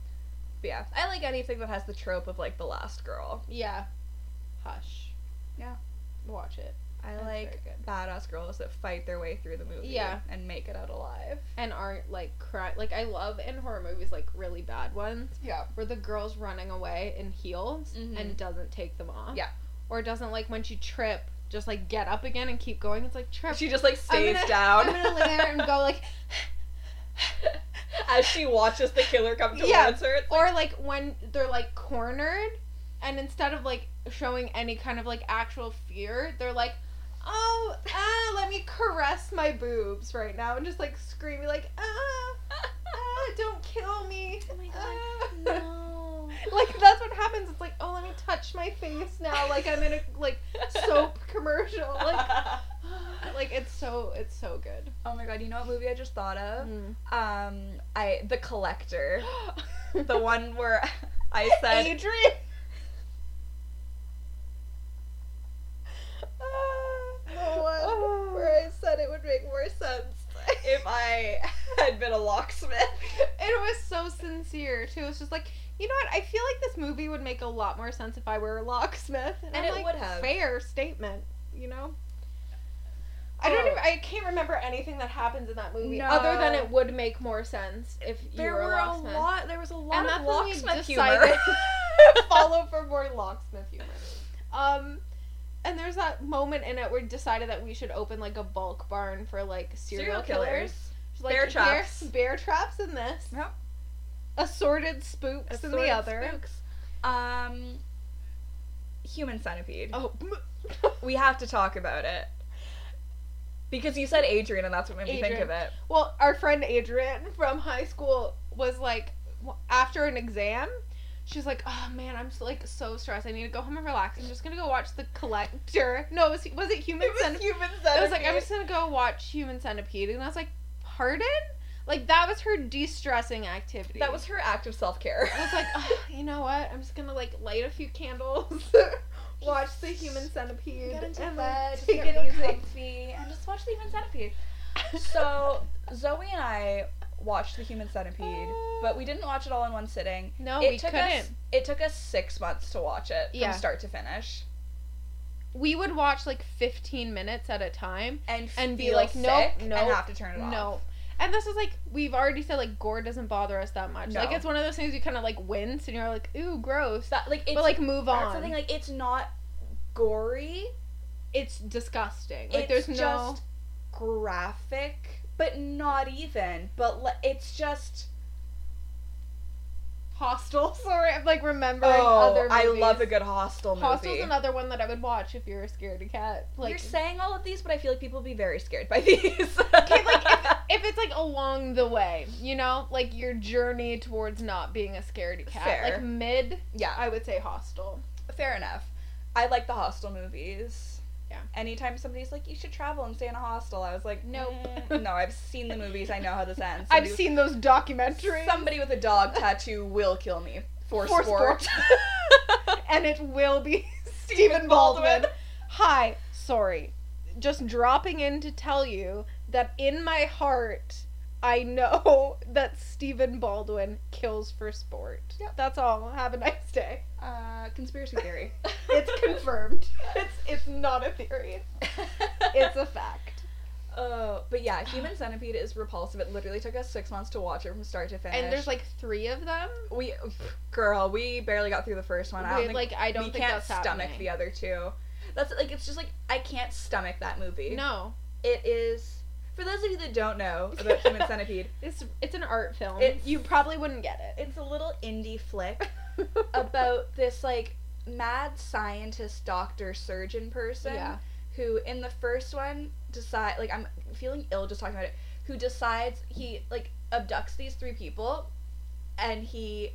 Speaker 2: but yeah i like anything that has the trope of like the last girl
Speaker 3: Yeah. Hush.
Speaker 2: Yeah.
Speaker 3: Watch it.
Speaker 2: i
Speaker 3: That's very
Speaker 2: like
Speaker 3: good.
Speaker 2: badass girls that fight their way through the movie
Speaker 3: Yeah.
Speaker 2: and make it out alive
Speaker 3: And aren't like cry. Like I love in horror movies like really bad ones
Speaker 2: yeah
Speaker 3: where the girl's running away in heels
Speaker 2: Mhm.
Speaker 3: and doesn't take them off.
Speaker 2: Yeah.
Speaker 3: Or doesn't like when she trip, just like get up again and keep going. It's like trip.
Speaker 2: she just like
Speaker 3: I'm
Speaker 2: stays
Speaker 3: gonna-
Speaker 2: down
Speaker 3: I'm gonna lay there and go like
Speaker 2: as she watches the killer come towards
Speaker 3: Yeah.
Speaker 2: her it's like,
Speaker 3: or like when they're like cornered and instead of like showing any kind of like actual fear they're like oh ah let me caress my boobs right now and just like screaming like ah, ah don't kill me
Speaker 2: Oh my
Speaker 3: ah."
Speaker 2: no
Speaker 3: like that's what happens it's like oh let me touch my face now like i'm in a like soap commercial like like it's so it's so good
Speaker 2: oh my god you know what movie i just thought of
Speaker 3: Mm.
Speaker 2: um i the collector the one where i said
Speaker 3: adrian Ah,
Speaker 2: the one where i said it would make more sense if i had been a locksmith
Speaker 3: It was so sincere too. It's just like, you know what? I feel like this movie would make a lot more sense if I were a locksmith.
Speaker 2: And
Speaker 3: I'm
Speaker 2: it
Speaker 3: like,
Speaker 2: would have.
Speaker 3: Fair statement, you know. I don't.
Speaker 2: Oh.
Speaker 3: Even, I can't remember anything that happens in that movie other than
Speaker 2: No.
Speaker 3: it would make more sense if you
Speaker 2: there
Speaker 3: were,
Speaker 2: were
Speaker 3: a
Speaker 2: a
Speaker 3: locksmith.
Speaker 2: lot there was a lot
Speaker 3: and
Speaker 2: of
Speaker 3: that's when we
Speaker 2: locksmith humor
Speaker 3: decided to follow for more locksmith humor. Um, and there's that moment in it where we decided that we should open like a bulk barn for like serial, killers. She's like,
Speaker 2: Bear traps.
Speaker 3: Bear, bear traps in this.
Speaker 2: Yep.
Speaker 3: Assorted spooks in the
Speaker 2: Assorted
Speaker 3: other.
Speaker 2: spooks. um human centipede
Speaker 3: Oh.
Speaker 2: we have to talk about it because you said adrian and that's what made me think
Speaker 3: Adrian.
Speaker 2: of it
Speaker 3: well, our friend Adrian from high school was like, w- after an exam, she's like, oh man, I'm so, like so stressed. I need to go home and relax. I'm just gonna go watch the collector. No, it was was it Human Centipede?
Speaker 2: human
Speaker 3: I was like, I'm just gonna go watch Human Centipede, and I was like, pardon? Like that was her de-stressing activity.
Speaker 2: that was her act of self-care
Speaker 3: I was like, "Ugh, you know what? I'm just gonna like light a few candles, watch the human centipede,
Speaker 2: Get into
Speaker 3: and then
Speaker 2: bed,
Speaker 3: take
Speaker 2: get
Speaker 3: it
Speaker 2: really
Speaker 3: easy.
Speaker 2: comfy, and just watch The Human Centipede. So Zoe and I watched The Human Centipede, but we didn't watch it all in one sitting.
Speaker 3: no,
Speaker 2: it
Speaker 3: Oh, we
Speaker 2: took
Speaker 3: couldn't.
Speaker 2: us it took us six months to watch it
Speaker 3: Yeah.
Speaker 2: from start to finish,
Speaker 3: We would watch like 15 minutes at a time.
Speaker 2: and
Speaker 3: And be
Speaker 2: feel
Speaker 3: like,
Speaker 2: sick
Speaker 3: nope,
Speaker 2: and
Speaker 3: nope,
Speaker 2: have to turn it off.
Speaker 3: No, and this is like we've already said like gore doesn't bother us that much.
Speaker 2: No.
Speaker 3: Like it's one of those things you kind of like wince and you're like, ooh, gross.
Speaker 2: that like it's
Speaker 3: but like move
Speaker 2: that's
Speaker 3: on.
Speaker 2: the thing, like it's not gory.
Speaker 3: it's disgusting. Like
Speaker 2: it's
Speaker 3: there's no
Speaker 2: just graphic, but not even. But le- it's just.
Speaker 3: Hostel. Sorry, I'm like remembering
Speaker 2: Oh,
Speaker 3: other.
Speaker 2: I love a
Speaker 3: movies.
Speaker 2: good hostel movie.
Speaker 3: Hostel's another one that I would watch if you were scared of cat. Like
Speaker 2: You're saying all of these, but I feel like people would be very scared by these.
Speaker 3: like, if it's like along the way, you know, like your journey towards not being a scaredy cat,
Speaker 2: Fair.
Speaker 3: like mid,
Speaker 2: yeah,
Speaker 3: I would say hostel.
Speaker 2: fair enough. I like the hostel movies.
Speaker 3: Yeah.
Speaker 2: Anytime somebody's like, "You should travel and stay in a hostel," I was like,
Speaker 3: Nope.
Speaker 2: "Mm, no, I've seen the movies. I know how this ends.
Speaker 3: I've
Speaker 2: Somebody-
Speaker 3: seen those documentaries,
Speaker 2: somebody with a dog tattoo will kill me for,
Speaker 3: For
Speaker 2: sport."
Speaker 3: sport. and it will be
Speaker 2: Stephen
Speaker 3: Stephen
Speaker 2: Baldwin.
Speaker 3: Baldwin. Hi, sorry, just dropping in to tell you that in my heart, I know that Stephen Baldwin kills for sport.
Speaker 2: Yep.
Speaker 3: That's all. Have a nice day.
Speaker 2: uh, conspiracy theory.
Speaker 3: It's confirmed. it's it's not a theory. It's a fact.
Speaker 2: Uh, but yeah, Human Centipede is repulsive. It literally took us six months to watch it from start to finish.
Speaker 3: And there's like three of them.
Speaker 2: we, girl, we barely got through the first one. I don't
Speaker 3: Wait,
Speaker 2: think
Speaker 3: like I don't
Speaker 2: we
Speaker 3: think
Speaker 2: can't
Speaker 3: that's
Speaker 2: stomach
Speaker 3: happening.
Speaker 2: the other two. That's like it's just like I can't stomach that movie.
Speaker 3: No,
Speaker 2: it is for those of you that don't know about Human Centipede,
Speaker 3: it's it's an art film.
Speaker 2: It's-
Speaker 3: you probably wouldn't get
Speaker 2: it's a little indie flick
Speaker 3: it.
Speaker 2: about this like mad scientist doctor surgeon person
Speaker 3: Yeah.
Speaker 2: who in the first one decide like I'm feeling ill just talking about it who decides he like abducts these three people and he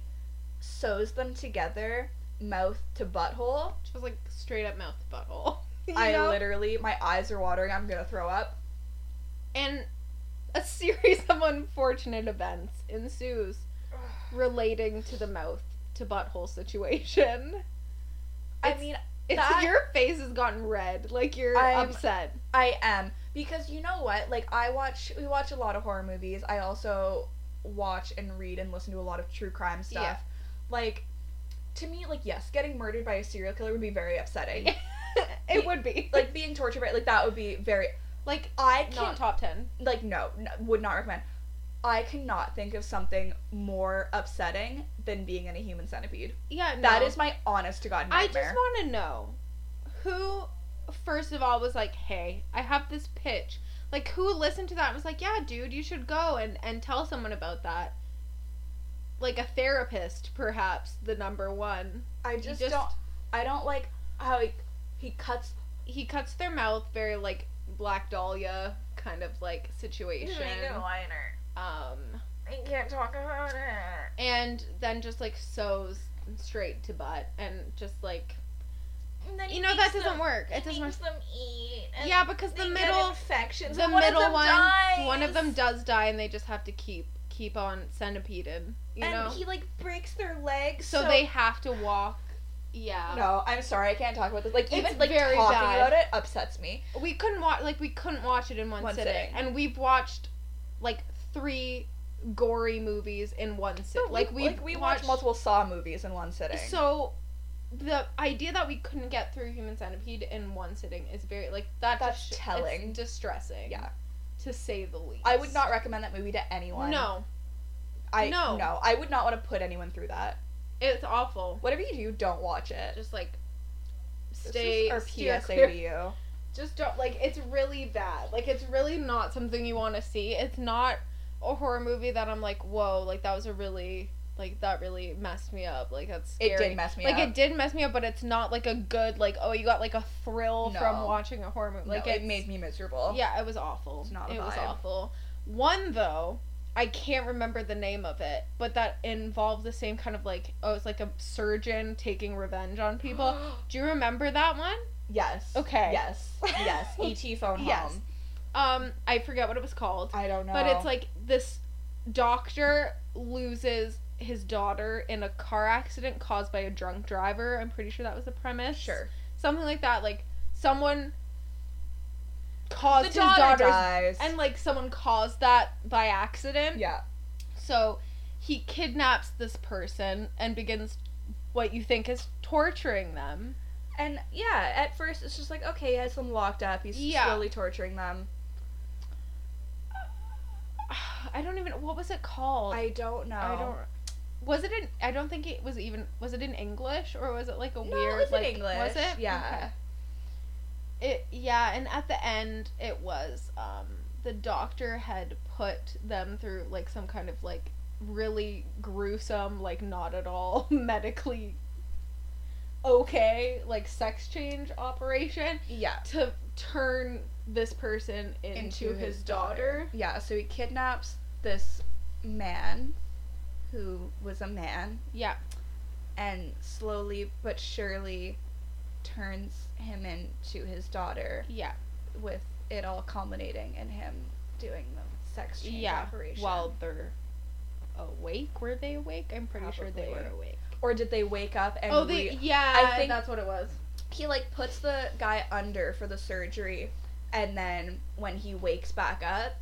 Speaker 2: sews them together mouth to butthole
Speaker 3: She was like straight up mouth to butthole. You
Speaker 2: I
Speaker 3: know?
Speaker 2: literally, my eyes are watering. I'm gonna throw up.
Speaker 3: and a series of unfortunate events ensues relating to the mouth to butthole situation.
Speaker 2: I
Speaker 3: It's-
Speaker 2: mean,
Speaker 3: It's
Speaker 2: That-
Speaker 3: your face has gotten red, like you're
Speaker 2: I'm-
Speaker 3: upset.
Speaker 2: I am because you know what? Like, I watch we watch a lot of horror movies. I also watch and read and listen to a lot of true crime stuff.
Speaker 3: Yeah.
Speaker 2: Like, to me, like yes, getting murdered by a serial killer would be very upsetting.
Speaker 3: it would be
Speaker 2: like being tortured by like that would be very.
Speaker 3: like
Speaker 2: I can
Speaker 3: not
Speaker 2: not
Speaker 3: top ten.
Speaker 2: like no, no would not recommend. I cannot think of something more upsetting than being in a human centipede.
Speaker 3: Yeah, no.
Speaker 2: That is my honest to god nightmare.
Speaker 3: I just want to know who, first of all, was like, "Hey, I have this pitch." Like, who listened to that and was like, "Yeah, dude, you should go and and tell someone about that." Like a therapist, perhaps the number one.
Speaker 2: I
Speaker 3: You
Speaker 2: just, don't. I don't like how he, he cuts.
Speaker 3: He cuts their mouth, very like Black Dahlia kind of like situation.
Speaker 2: liner.
Speaker 3: Um,
Speaker 2: I can't talk about it.
Speaker 3: and then just like sews straight to butt and just like
Speaker 2: And then
Speaker 3: you know that doesn't work. It doesn't work.
Speaker 2: them eat.
Speaker 3: Yeah, because the middle
Speaker 2: infections.
Speaker 3: the
Speaker 2: and one of
Speaker 3: middle
Speaker 2: them
Speaker 3: one
Speaker 2: dies.
Speaker 3: one of them does die and they just have to keep keep on centipeded you
Speaker 2: and
Speaker 3: know
Speaker 2: he like breaks their legs.
Speaker 3: so, they have to walk yeah
Speaker 2: No, I'm sorry, I can't talk about this. Like even
Speaker 3: It's
Speaker 2: like
Speaker 3: very
Speaker 2: talking
Speaker 3: bad.
Speaker 2: about it upsets me.
Speaker 3: we couldn't watch like we couldn't watch it in one,
Speaker 2: One
Speaker 3: sitting.
Speaker 2: sitting.
Speaker 3: and we've watched like three gory movies in one sitting like we
Speaker 2: like we watch multiple Saw movies in one sitting.
Speaker 3: so the idea that we couldn't get through human centipede in one sitting is very like that
Speaker 2: That's
Speaker 3: dis-
Speaker 2: telling.
Speaker 3: it's distressing
Speaker 2: Yeah.
Speaker 3: to say the least
Speaker 2: I would not recommend that movie to anyone.
Speaker 3: no
Speaker 2: I
Speaker 3: no.
Speaker 2: no, I would not want to put anyone through that.
Speaker 3: it's awful
Speaker 2: Whatever you do, don't watch it.
Speaker 3: just like
Speaker 2: This
Speaker 3: stay
Speaker 2: is our
Speaker 3: steer
Speaker 2: PSA to
Speaker 3: clear.
Speaker 2: you.
Speaker 3: Just don't like it's really bad. Like it's really not something you want to see. It's not a horror movie that I'm like, whoa, like that was a really like that really messed me up. Like that's scary.
Speaker 2: It did mess me
Speaker 3: like
Speaker 2: up.
Speaker 3: it did mess me up, but it's not like a good like oh you got like a thrill from
Speaker 2: No.
Speaker 3: watching a horror movie. Like
Speaker 2: No, it
Speaker 3: it's-
Speaker 2: made me miserable.
Speaker 3: Yeah, it was awful.
Speaker 2: It's not a
Speaker 3: it was
Speaker 2: vibe.
Speaker 3: awful. One though, I can't remember the name of it, but that involved the same kind of like oh, it's like a surgeon taking revenge on people. Do you remember that one?
Speaker 2: Yes.
Speaker 3: Okay.
Speaker 2: Yes. Yes. E.T. phone
Speaker 3: Yes.
Speaker 2: home.
Speaker 3: Um, I forget what it was called,
Speaker 2: I don't know.
Speaker 3: but it's like this doctor loses his daughter in a car accident caused by a drunk driver. I'm pretty sure that was the premise.
Speaker 2: sure.
Speaker 3: Something like that. Like someone caused his
Speaker 2: daughter
Speaker 3: daughter's
Speaker 2: dies.
Speaker 3: and like someone caused that by accident.
Speaker 2: yeah.
Speaker 3: So he kidnaps this person and begins what you think is torturing them.
Speaker 2: And yeah, at first it's just like okay, he has them locked up. He's
Speaker 3: Yeah.
Speaker 2: slowly torturing them.
Speaker 3: I don't even what was it called?
Speaker 2: I don't know.
Speaker 3: I don't. Was it in? I don't think it was even. Was it in English or was it like a
Speaker 2: No, it
Speaker 3: weird?
Speaker 2: was in
Speaker 3: like,
Speaker 2: English,
Speaker 3: Was it?
Speaker 2: yeah.
Speaker 3: Okay. It yeah. Yeah, and at the end it was um the doctor had put them through like some kind of like really gruesome like not at all medically okay like sex change operation
Speaker 2: Yeah.
Speaker 3: to turn this person into,
Speaker 2: Into
Speaker 3: his,
Speaker 2: his
Speaker 3: daughter.
Speaker 2: Yeah, so he kidnaps this man who was a man
Speaker 3: Yeah.
Speaker 2: and slowly but surely turns him into his daughter
Speaker 3: Yeah.
Speaker 2: with it all culminating in him doing the sex change
Speaker 3: Yeah,
Speaker 2: operation.
Speaker 3: While they're awake, were they awake? I'm pretty sure they
Speaker 2: Probably.
Speaker 3: were awake.
Speaker 2: or did they wake up and
Speaker 3: oh, they
Speaker 2: re-
Speaker 3: yeah,
Speaker 2: I think-
Speaker 3: that's what it was.
Speaker 2: he like puts the guy under for the surgery and then when he wakes back up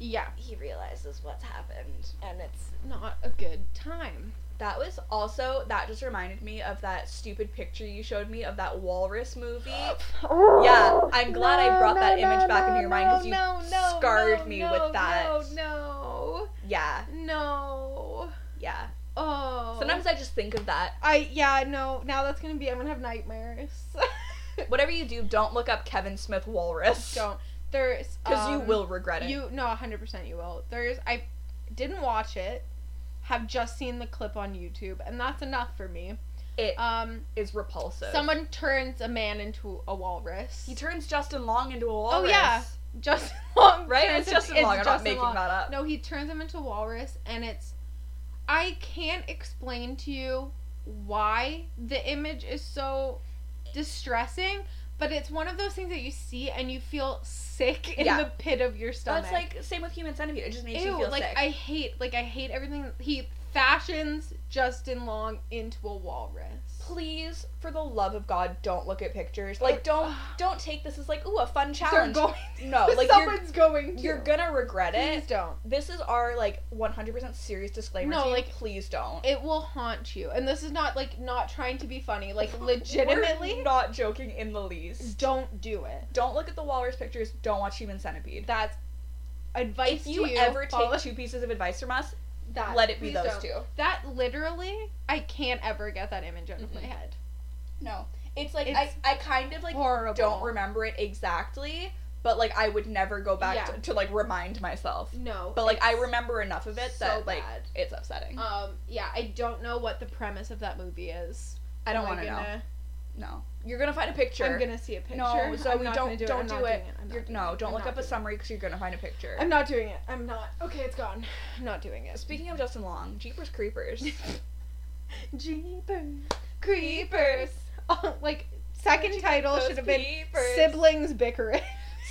Speaker 3: Yeah,
Speaker 2: he realizes what's happened and it's
Speaker 3: not a good time.
Speaker 2: that was also that just reminded me of that stupid picture you showed me of that walrus movie yeah i'm glad i brought that image back into your mind because you scarred me with that
Speaker 3: No,
Speaker 2: yeah
Speaker 3: no, no.
Speaker 2: yeah
Speaker 3: Oh.
Speaker 2: sometimes i just think of that
Speaker 3: I yeah no. Now that's gonna be. I'm gonna have nightmares.
Speaker 2: whatever you do don't look up kevin smith walrus
Speaker 3: Don't. There's
Speaker 2: because you
Speaker 3: um,
Speaker 2: will regret it
Speaker 3: You no, hundred percent you will. There's I didn't watch it, have just seen the clip on YouTube, and that's enough for me.
Speaker 2: It
Speaker 3: Um,
Speaker 2: is repulsive
Speaker 3: someone turns a man into a walrus.
Speaker 2: he turns justin long into a walrus
Speaker 3: Oh, yeah. just long
Speaker 2: right?
Speaker 3: turns
Speaker 2: It's
Speaker 3: him-
Speaker 2: just as long. I'm not
Speaker 3: Justin
Speaker 2: making
Speaker 3: Long.
Speaker 2: that up.
Speaker 3: No, he turns him into a walrus, and it's I can't explain to you why the image is so distressing. But it's one of those things that you see and you feel sick in
Speaker 2: Yeah.
Speaker 3: the pit of your stomach.
Speaker 2: That's like same with human centipede. It just makes you
Speaker 3: Ew,
Speaker 2: feel
Speaker 3: like
Speaker 2: sick.
Speaker 3: I hate like I hate everything he fashions Justin Long into a walrus.
Speaker 2: Please, for the love of God, don't look at pictures. Like don't don't take this as like ooh a fun
Speaker 3: They're
Speaker 2: challenge.
Speaker 3: going
Speaker 2: no, like you're,
Speaker 3: someone's going to
Speaker 2: you're gonna regret
Speaker 3: Please
Speaker 2: it.
Speaker 3: don't.
Speaker 2: This is our like 100% serious disclaimer.
Speaker 3: Mm-hmm. No,
Speaker 2: to you.
Speaker 3: like-
Speaker 2: please don't.
Speaker 3: It will haunt you. And this is not like not trying to be funny. Like
Speaker 2: We're
Speaker 3: legitimately
Speaker 2: not joking in the least.
Speaker 3: don't do it.
Speaker 2: Don't look at the walrus pictures. Don't watch Human Centipede.
Speaker 3: That's advice
Speaker 2: if you,
Speaker 3: to you
Speaker 2: ever take
Speaker 3: follow-
Speaker 2: two pieces of advice from us,
Speaker 3: that,
Speaker 2: let it be
Speaker 3: please
Speaker 2: those
Speaker 3: don't.
Speaker 2: two.
Speaker 3: That literally I can't ever get that image out of my
Speaker 2: Mhm.
Speaker 3: head.
Speaker 2: No, it's like
Speaker 3: It's
Speaker 2: I I kind of like
Speaker 3: Horrible.
Speaker 2: don't remember it exactly, but like I would never go back
Speaker 3: Yeah.
Speaker 2: to, to like remind myself.
Speaker 3: No.
Speaker 2: But like I
Speaker 3: it's-
Speaker 2: remember enough of it
Speaker 3: so
Speaker 2: that like
Speaker 3: bad.
Speaker 2: it's upsetting.
Speaker 3: Um yeah, I don't know what the premise of that movie is.
Speaker 2: I don't
Speaker 3: Am
Speaker 2: want to know.
Speaker 3: gonna-
Speaker 2: No, you're gonna find a picture.
Speaker 3: I'm gonna see a picture.
Speaker 2: No, so
Speaker 3: I'm
Speaker 2: we
Speaker 3: not
Speaker 2: don't
Speaker 3: gonna
Speaker 2: do
Speaker 3: it. I'm
Speaker 2: not
Speaker 3: not
Speaker 2: do
Speaker 3: doing
Speaker 2: it.
Speaker 3: I'm not
Speaker 2: You're,
Speaker 3: doing
Speaker 2: no,
Speaker 3: it.
Speaker 2: don't
Speaker 3: I'm
Speaker 2: look
Speaker 3: not
Speaker 2: up a
Speaker 3: doing
Speaker 2: summary because you're gonna find a picture.
Speaker 3: it. I'm not doing it. I'm not. Okay, it's gone. I'm not doing it.
Speaker 2: Speaking of Justin Long, Jeepers Creepers.
Speaker 3: Jeepers creepers. Oh, like second title
Speaker 2: Those
Speaker 3: should have been
Speaker 2: peepers.
Speaker 3: siblings bickering.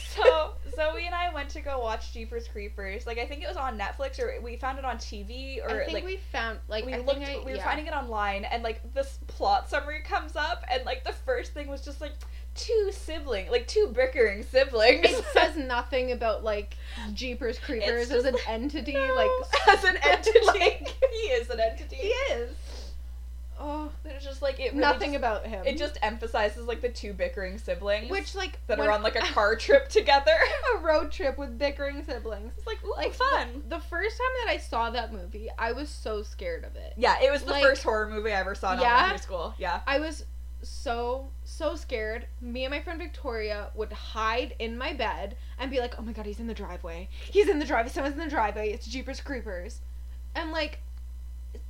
Speaker 2: So Zoe and I went to go watch Jeepers Creepers. Like I think it was on Netflix or we found it on TV or
Speaker 3: I think
Speaker 2: like
Speaker 3: we found like
Speaker 2: we
Speaker 3: I
Speaker 2: looked
Speaker 3: Think I,
Speaker 2: we were
Speaker 3: yeah.
Speaker 2: finding it online and like this plot summary comes up and like the first thing was just like two sibling like two bickering siblings
Speaker 3: It says nothing about like Jeepers Creepers as
Speaker 2: just
Speaker 3: an
Speaker 2: like,
Speaker 3: entity.
Speaker 2: No,
Speaker 3: Like
Speaker 2: as an entity
Speaker 3: like-
Speaker 2: he is an entity
Speaker 3: he is. Oh,
Speaker 2: it's just like it really
Speaker 3: nothing
Speaker 2: just,
Speaker 3: about him.
Speaker 2: it just emphasizes like the two bickering siblings
Speaker 3: which like
Speaker 2: that
Speaker 3: when-
Speaker 2: are on like a car trip together
Speaker 3: a road trip with bickering siblings.
Speaker 2: it's like ooh
Speaker 3: Like
Speaker 2: fun
Speaker 3: The first time that I saw that movie, I was so scared of it.
Speaker 2: yeah it was the
Speaker 3: like-
Speaker 2: first horror movie I ever saw in
Speaker 3: Yeah?
Speaker 2: elementary school yeah
Speaker 3: I was so so scared. Me and my friend Victoria would hide in my bed and be like, "Oh my god, he's in the driveway. He's in the driveway. Someone's in the driveway. It's Jeepers Creepers." And like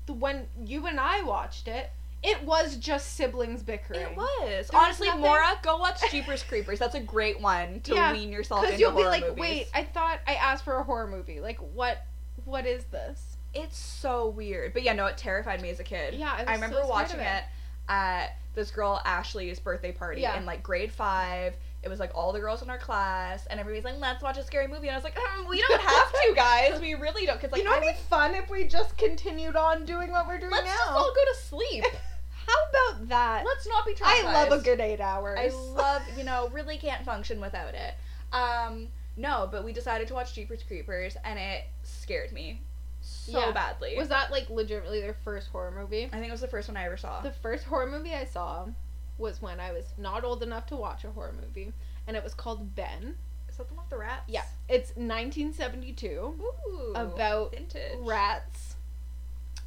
Speaker 3: the- when you and I watched it, it was just siblings bickering.
Speaker 2: It was.
Speaker 3: There was
Speaker 2: Honestly,
Speaker 3: nothing-
Speaker 2: Mora, go watch Jeepers Creepers. That's a great one to
Speaker 3: Yeah,
Speaker 2: wean yourself into
Speaker 3: Cuz you'll be
Speaker 2: horror
Speaker 3: like,
Speaker 2: movies.
Speaker 3: "Wait, I thought I asked for a horror movie. Like what what is this?"
Speaker 2: It's so weird. But yeah, no, it terrified me as a kid.
Speaker 3: Yeah, I, was
Speaker 2: I remember
Speaker 3: so scared
Speaker 2: watching
Speaker 3: of
Speaker 2: it. at this girl Ashley's birthday party
Speaker 3: Yeah.
Speaker 2: in like grade five. It was like all the girls in our class, and everybody's like, "Let's watch a scary movie." And I was like, um, "We don't have to, guys. We really don't." Because like,
Speaker 3: you know
Speaker 2: I
Speaker 3: it'd
Speaker 2: would,
Speaker 3: be fun if we just continued on doing what we're doing
Speaker 2: let's
Speaker 3: now.
Speaker 2: just all go to sleep.
Speaker 3: How about that?
Speaker 2: let's not be traumatized.
Speaker 3: I love a good eight hours.
Speaker 2: I love, you know, really can't function without it. Um, no, but we decided to watch Jeepers Creepers, and it scared me so
Speaker 3: Yeah.
Speaker 2: badly.
Speaker 3: Was that like legitimately their first horror movie?
Speaker 2: I think it was the first one I ever saw.
Speaker 3: The first horror movie I saw was when I was not old enough to watch a horror movie, and it was called Ben.
Speaker 2: Is that the one with the rats?
Speaker 3: Yeah, it's 1972
Speaker 2: Ooh.
Speaker 3: about
Speaker 2: vintage
Speaker 3: rats,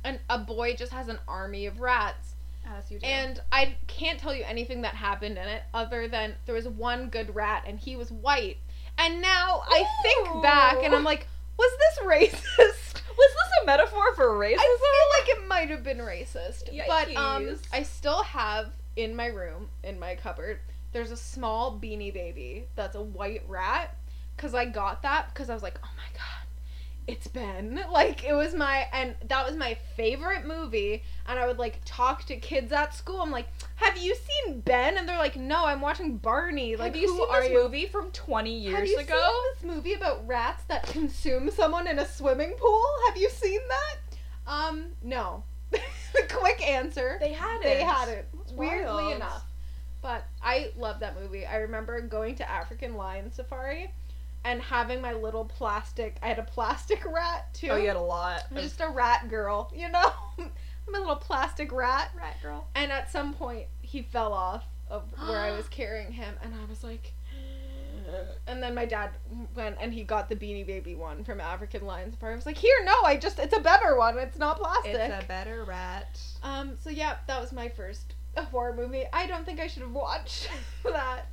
Speaker 3: and a boy just has an army of rats,
Speaker 2: As you do.
Speaker 3: And I can't tell you anything that happened in it other than there was one good rat and he was white. And now I
Speaker 2: Ooh.
Speaker 3: think back and I'm like, was this racist?
Speaker 4: Was this a metaphor for racism?
Speaker 3: I feel like it might have been racist. But um
Speaker 2: Yikes.
Speaker 3: I still have in my room, in my cupboard, there's a small beanie baby that's a white rat. Cause I got that because I was like, oh my god, it's Ben. Like it was my and that was my favorite movie. And I would like talk to kids at school. I'm like, have you seen Ben? And they're like, no, I'm watching Barney. Like,
Speaker 2: Have you
Speaker 3: who
Speaker 2: seen
Speaker 3: are
Speaker 2: this
Speaker 3: you?
Speaker 2: movie from 20 years
Speaker 3: have you
Speaker 2: ago?
Speaker 3: seen this movie about rats that consume someone in a swimming pool? Have you seen that? Um, no. the quick answer.
Speaker 2: They had it.
Speaker 3: They had it. Weirdly
Speaker 2: wild.
Speaker 3: enough. But I love that movie. I remember going to African Lion Safari and having my little plastic I had a plastic rat too.
Speaker 4: oh, you had a lot.
Speaker 3: I'm
Speaker 4: of-
Speaker 3: just a rat girl, you know? I'm a little plastic rat.
Speaker 2: Rat girl.
Speaker 3: And at some point, he fell off of where I was carrying him, and I was like, and then my dad went and he got the Beanie Baby one from African Lions Safari. I was like, here, no, I just, it's a better one. It's not plastic.
Speaker 2: It's a better rat.
Speaker 3: um, so yeah, that was my first horror movie. I don't think I should have watched that.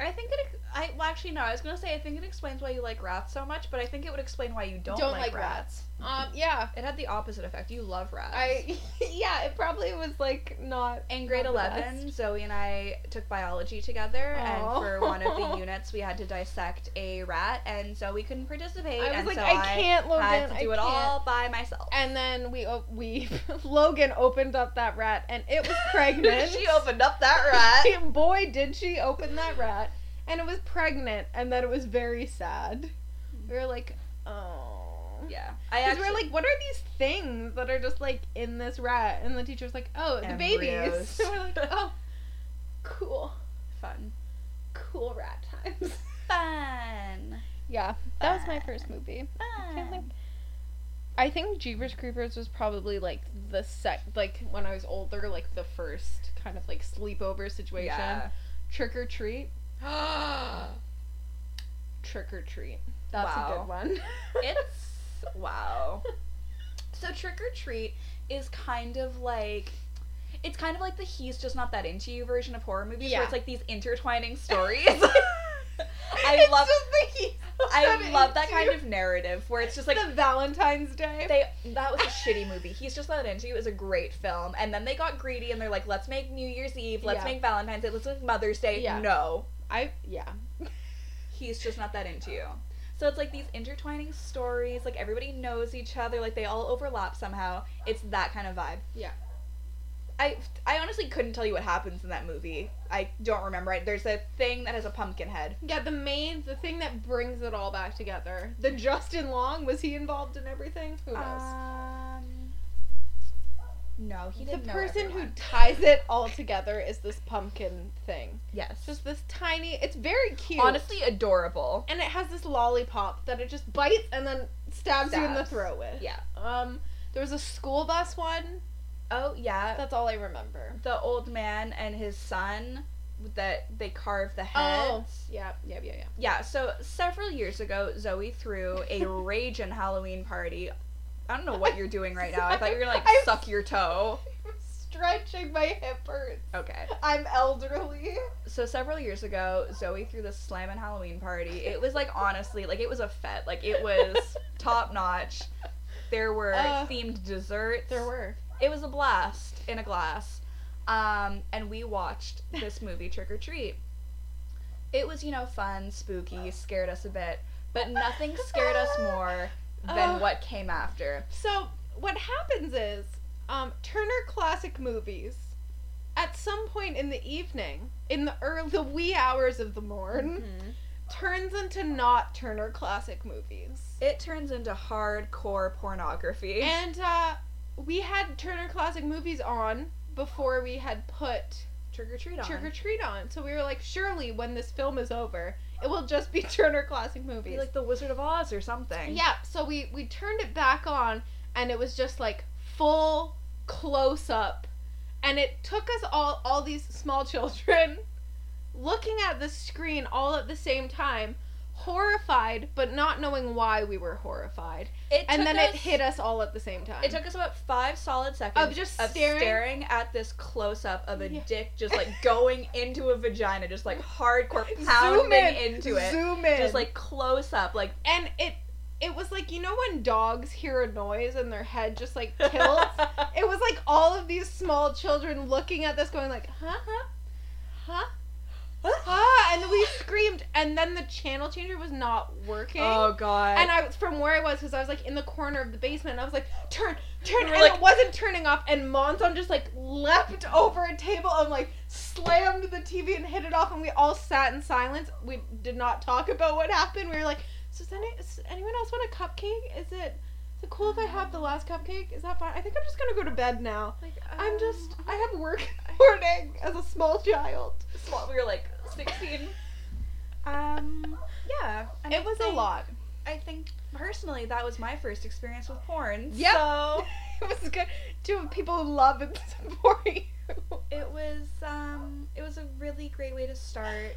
Speaker 2: I think it. ex- I well, actually no. I was gonna say I think it explains why you like rats so much, but I think it would explain why you don't,
Speaker 3: Don't
Speaker 2: like,
Speaker 3: like
Speaker 2: rats.
Speaker 3: Um, yeah.
Speaker 2: It had the opposite effect. You love rats.
Speaker 3: I, yeah, it probably was like not.
Speaker 2: in grade
Speaker 3: not the
Speaker 2: 11, Zoe and I took biology together, and
Speaker 3: Aw.
Speaker 2: for one of the units, we had to dissect a rat, and Zoe couldn't participate.
Speaker 3: I was
Speaker 2: and
Speaker 3: like,
Speaker 2: so
Speaker 3: I can't, Logan.
Speaker 2: had to do
Speaker 3: I
Speaker 2: it
Speaker 3: can't.
Speaker 2: all by myself.
Speaker 3: And then we o- we Logan opened up that rat and it was pregnant.
Speaker 4: she opened up that rat.
Speaker 3: Boy, did she open that rat and it was pregnant and then it was very sad. We were like, oh.
Speaker 2: yeah, I
Speaker 3: 'Cause we
Speaker 2: actually
Speaker 3: were like, what are these things that are just like in this rat? And the teacher was like, oh, the babies.
Speaker 2: Embryos.
Speaker 3: So we're like, oh, cool,
Speaker 2: fun,
Speaker 3: cool rat times.
Speaker 2: fun,
Speaker 3: yeah, that was my first movie. I can't
Speaker 2: fun.
Speaker 3: think- I think Jeepers Creepers was probably like the sec like when I was older, like the first kind of like sleepover situation.
Speaker 4: Yeah.
Speaker 3: Trick or treat, trick or treat. That's a
Speaker 2: Wow.
Speaker 3: good one.
Speaker 2: It's wow. So trick or treat is kind of like it's kind of like the he's just not that into you version of horror movies
Speaker 3: Yeah.
Speaker 2: where it's like these intertwining stories. I
Speaker 3: It's
Speaker 2: love
Speaker 3: just the heat
Speaker 2: I
Speaker 3: of
Speaker 2: love
Speaker 3: it
Speaker 2: that kind
Speaker 3: too.
Speaker 2: of narrative where it's just like
Speaker 3: the Valentine's Day.
Speaker 2: they that was a shitty movie. He's just not into you is a great film. And then they got greedy and they're like, let's make New Year's Eve, let's
Speaker 3: Yeah.
Speaker 2: make Valentine's Day, let's make Mother's Day.
Speaker 3: Yeah.
Speaker 2: No.
Speaker 3: I yeah.
Speaker 2: he's just not that into you. So it's like these intertwining stories, like everybody knows each other, like they all overlap somehow. It's that kind of vibe.
Speaker 3: Yeah.
Speaker 2: I, I honestly couldn't tell you what happens in that movie. I don't remember it. There's a thing that has a pumpkin head.
Speaker 3: Yeah, the main the thing that brings it all back together. The Justin Long, was he involved in everything? Who knows?
Speaker 2: Um, no, he
Speaker 3: the
Speaker 2: didn't. know
Speaker 3: person who
Speaker 2: everyone.
Speaker 3: ties it all together is this pumpkin thing.
Speaker 2: yes,
Speaker 3: It's just this tiny. It's very cute.
Speaker 2: honestly adorable.
Speaker 3: And it has this lollipop that it just bites and then stabs, you in the
Speaker 2: Stabs.
Speaker 3: throat with.
Speaker 2: Yeah.
Speaker 3: Um, there was a school bus one.
Speaker 2: Oh yeah,
Speaker 3: That's all I remember.
Speaker 2: the old man and his son that they carve the heads.
Speaker 3: Oh, Yeah, yeah, yeah, yeah.
Speaker 2: Yeah, so several years ago, Zoe threw a raging Halloween party. I don't know what you're doing right now. I thought you were gonna like
Speaker 3: I'm-
Speaker 2: suck your toe.
Speaker 3: I'm stretching my hip hurts.
Speaker 2: Okay.
Speaker 3: I'm elderly.
Speaker 2: So several years ago, Zoe threw this slamming Halloween party. It was like honestly, like it was a fete. Like it was top notch. There were
Speaker 3: Uh,
Speaker 2: themed desserts.
Speaker 3: There were.
Speaker 2: It was a blast in a glass. Um, and we watched this movie Trick or Treat. It was, you know, fun, spooky, scared us a bit, but nothing scared us more than
Speaker 3: Oh.
Speaker 2: what came after.
Speaker 3: So what happens is, um, Turner Classic Movies, at some point in the evening, in the early, the wee hours of the morn,
Speaker 2: Mm-hmm.
Speaker 3: turns into not Turner Classic Movies.
Speaker 2: It turns into hardcore pornography.
Speaker 3: And uh, we had Turner Classic Movies on before we had put
Speaker 2: Trick or Treat on.
Speaker 3: Trick or Treat on. So we were like, surely when this film is over, it will just be Turner Classic
Speaker 2: Be
Speaker 3: Movies.
Speaker 2: like the Wizard of Oz or something.
Speaker 3: yeah, so we, we turned it back on and it was just like full close up. And it took us all, all these small children, looking at the screen all at the same time, horrified, but not knowing why we were horrified.
Speaker 2: It
Speaker 3: And
Speaker 2: took
Speaker 3: then it
Speaker 2: us,
Speaker 3: hit us all at the same time.
Speaker 2: It took us about five solid seconds
Speaker 3: Of just staring.
Speaker 2: staring. at this close up of a
Speaker 3: Yeah.
Speaker 2: dick just like going into a vagina, just like hardcore pounding
Speaker 3: in.
Speaker 2: into it.
Speaker 1: Zoom in.
Speaker 2: Just like close up, like
Speaker 3: and it it was like you know when dogs hear a noise and their head just like tilts. it was like all of these small children looking at this, going like, huh, huh, huh. Huh? and we screamed, and then the channel changer was not working.
Speaker 2: oh god.
Speaker 3: And I was from where I was because I was like in the corner of the basement. And I was like, turn, turn,
Speaker 2: were
Speaker 3: and
Speaker 2: like-
Speaker 3: it wasn't turning off. And Monson just like leapt over a table and like slammed the TV and hit it off. And we all sat in silence. We did not talk about what happened. We were like, so does, any, does anyone else want a cupcake? Is it? Is it cool if I have the last cupcake? Is that fine? I think I'm just gonna go to bed now.
Speaker 2: like,
Speaker 3: I'm
Speaker 2: um,
Speaker 3: just I have work in the morning as a small child.
Speaker 2: small- we were like sixteen.
Speaker 3: Um,
Speaker 2: Yeah. and I
Speaker 3: it was a
Speaker 2: think-
Speaker 3: lot.
Speaker 2: I think personally that was my first experience with porn.
Speaker 3: Yep.
Speaker 2: So
Speaker 3: it was good. Two people who love and support you.
Speaker 2: it was um it was a really great way to start.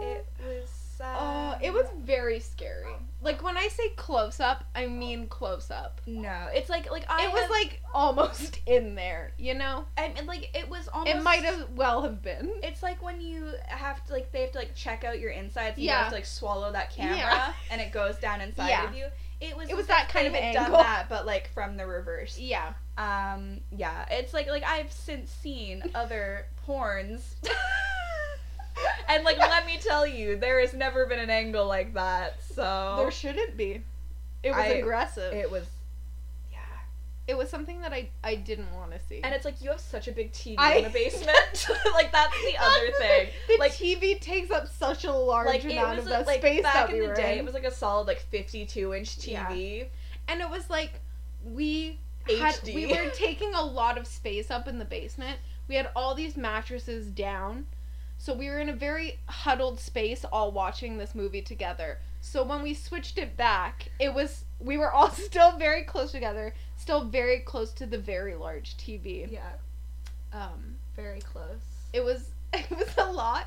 Speaker 2: It
Speaker 3: It,
Speaker 2: was uh
Speaker 3: uh, it was very scary. Like when I say close up, I mean close up.
Speaker 2: no. It's like like I
Speaker 3: it was
Speaker 2: have-
Speaker 3: like almost in there, you know.
Speaker 2: I mean, like it was almost
Speaker 3: It might as well have been.
Speaker 2: it's like when you have to like they have to like check out your insides and you
Speaker 3: Yeah.
Speaker 2: have to like swallow that camera
Speaker 3: Yeah.
Speaker 2: and it goes down inside
Speaker 3: Yeah.
Speaker 2: of you. It was
Speaker 3: It was
Speaker 2: as
Speaker 3: that
Speaker 2: if
Speaker 3: kind
Speaker 2: they
Speaker 3: of
Speaker 2: had
Speaker 3: angle.
Speaker 2: done that but like from the reverse.
Speaker 3: yeah.
Speaker 2: Um yeah, it's like like I've since seen other porns And like, let me tell you, there has never been an angle like that. So
Speaker 3: there shouldn't be. It was
Speaker 2: I-
Speaker 3: aggressive. It,
Speaker 2: it was, yeah.
Speaker 3: was something that I I didn't want to see.
Speaker 2: And it's like you have such a big TV
Speaker 3: I-
Speaker 2: in the basement. like that's the other thing.
Speaker 3: The
Speaker 2: like-
Speaker 3: TV takes up such a large
Speaker 2: Like it
Speaker 3: amount of
Speaker 2: was a-
Speaker 3: that
Speaker 2: like
Speaker 3: space
Speaker 2: back
Speaker 3: that
Speaker 2: in
Speaker 3: we
Speaker 2: the
Speaker 3: were
Speaker 2: day.
Speaker 3: in.
Speaker 2: It was like a solid like 52 inch TV.
Speaker 3: and it was like we had
Speaker 2: HD.
Speaker 3: we were taking a lot of space up in the basement. We had all these mattresses down. So we were in a very huddled space all watching this movie together. So when we switched it back, it was we were all still very close together, still very close to the very large TV.
Speaker 2: Yeah,
Speaker 3: Um
Speaker 2: very close.
Speaker 3: it was it was a lot.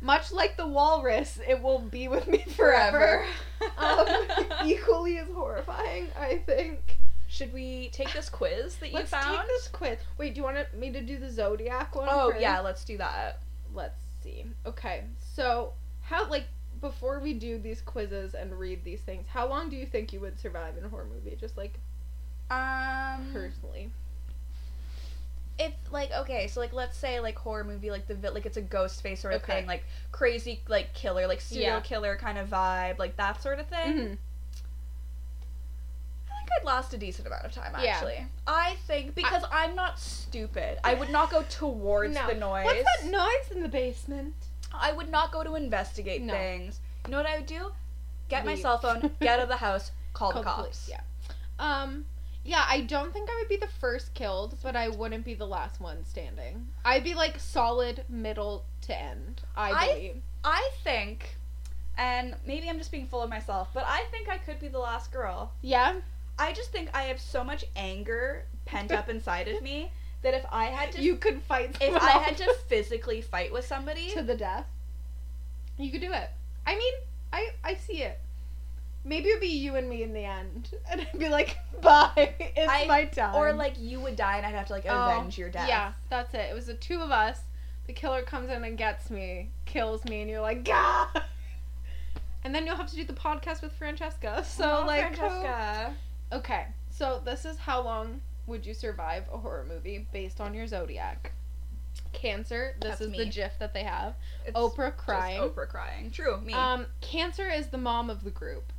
Speaker 3: Much like the walrus, it will be with me
Speaker 2: Forever.
Speaker 3: forever. um, equally as horrifying, I think.
Speaker 2: Should we take this quiz that you
Speaker 3: Let's
Speaker 2: found?
Speaker 3: take this quiz. Wait, do you want me to do the zodiac one?
Speaker 2: oh
Speaker 3: first?
Speaker 2: yeah, let's do that.
Speaker 3: Let's see. Okay, so how like before we do these quizzes and read these things, how long do you think you would survive in a horror movie? Just like
Speaker 2: Um,
Speaker 3: personally.
Speaker 2: if like okay so like let's say like horror movie like the vi- like it's a ghost face sort of
Speaker 3: Okay.
Speaker 2: thing like crazy like killer like serial
Speaker 3: Yeah.
Speaker 2: killer kind of vibe like that sort of thing
Speaker 3: Mm-hmm.
Speaker 2: i think i'd last a decent amount of time
Speaker 3: Yeah.
Speaker 2: actually i think because I, am not stupid i would not go towards
Speaker 3: No.
Speaker 2: the noise
Speaker 3: What's that noise in the basement?
Speaker 2: i would not go to investigate
Speaker 3: No.
Speaker 2: things you know what i would do get my
Speaker 3: Leave.
Speaker 2: cell phone get out of the house call, the
Speaker 3: Call the
Speaker 2: cops
Speaker 3: police, Yeah. Um. Yeah, I don't think I would be the first killed, but I wouldn't be the last one standing. I'd be like solid middle to end. I
Speaker 2: I-
Speaker 3: believe.
Speaker 2: i think and maybe i'm just being full of myself but i think i could be the last girl
Speaker 3: yeah.
Speaker 2: I just think I have so much anger pent up inside of me that if I had to
Speaker 3: you could fight.
Speaker 2: if
Speaker 3: someone
Speaker 2: I had
Speaker 3: else.
Speaker 2: to physically fight with somebody,
Speaker 3: to the death. You could do it. I mean, I I see it. Maybe it'd be you and me in the end, and I'd be like, "Bye, it's
Speaker 2: I-
Speaker 3: my time."
Speaker 2: or like you would die and I'd have to like
Speaker 3: Oh,
Speaker 2: avenge your death.
Speaker 3: yeah, that's it. It was the two of us. The killer comes in and gets me, kills me, and you're like, "Gah!" And then you'll have to do the podcast with Francesca. So
Speaker 2: So
Speaker 3: like,
Speaker 2: like
Speaker 3: who-
Speaker 2: Oh, Francesca.
Speaker 3: okay, so this is how long would you survive a horror movie based on your zodiac? Cancer. This
Speaker 2: That's
Speaker 3: is the
Speaker 2: me.
Speaker 3: GIF that they have.
Speaker 2: It's
Speaker 3: Oprah
Speaker 2: just
Speaker 3: crying.
Speaker 2: Oprah crying. True, me.
Speaker 3: Um, cancer is the mom of the group.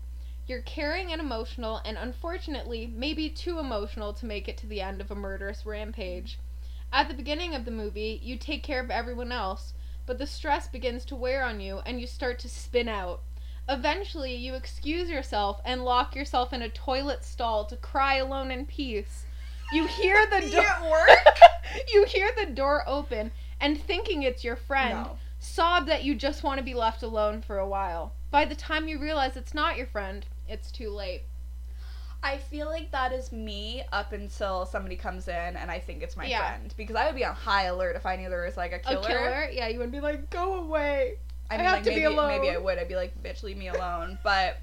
Speaker 3: You're caring and emotional, and unfortunately, maybe too emotional to make it to the end of a murderous rampage. At the beginning of the movie, you take care of everyone else, but the stress begins to wear on you and you start to spin out. Eventually, you excuse yourself and lock yourself in a toilet stall to cry alone in peace. You hear the door you hear the door open and thinking it's your friend,
Speaker 2: No.
Speaker 3: sob that you just want to be left alone for a while. By the time you realize it's not your friend, it's too late.
Speaker 2: I feel like that is me up until somebody comes in and I think it's my
Speaker 3: Yeah.
Speaker 2: friend because I would be on high alert if I knew there was like a killer.
Speaker 3: A killer? Yeah, you would be like, go away.
Speaker 2: I
Speaker 3: I
Speaker 2: mean,
Speaker 3: have
Speaker 2: like,
Speaker 3: to be
Speaker 2: maybe, Maybe I
Speaker 3: alone.
Speaker 2: would. I'd be like, bitch, leave me alone. But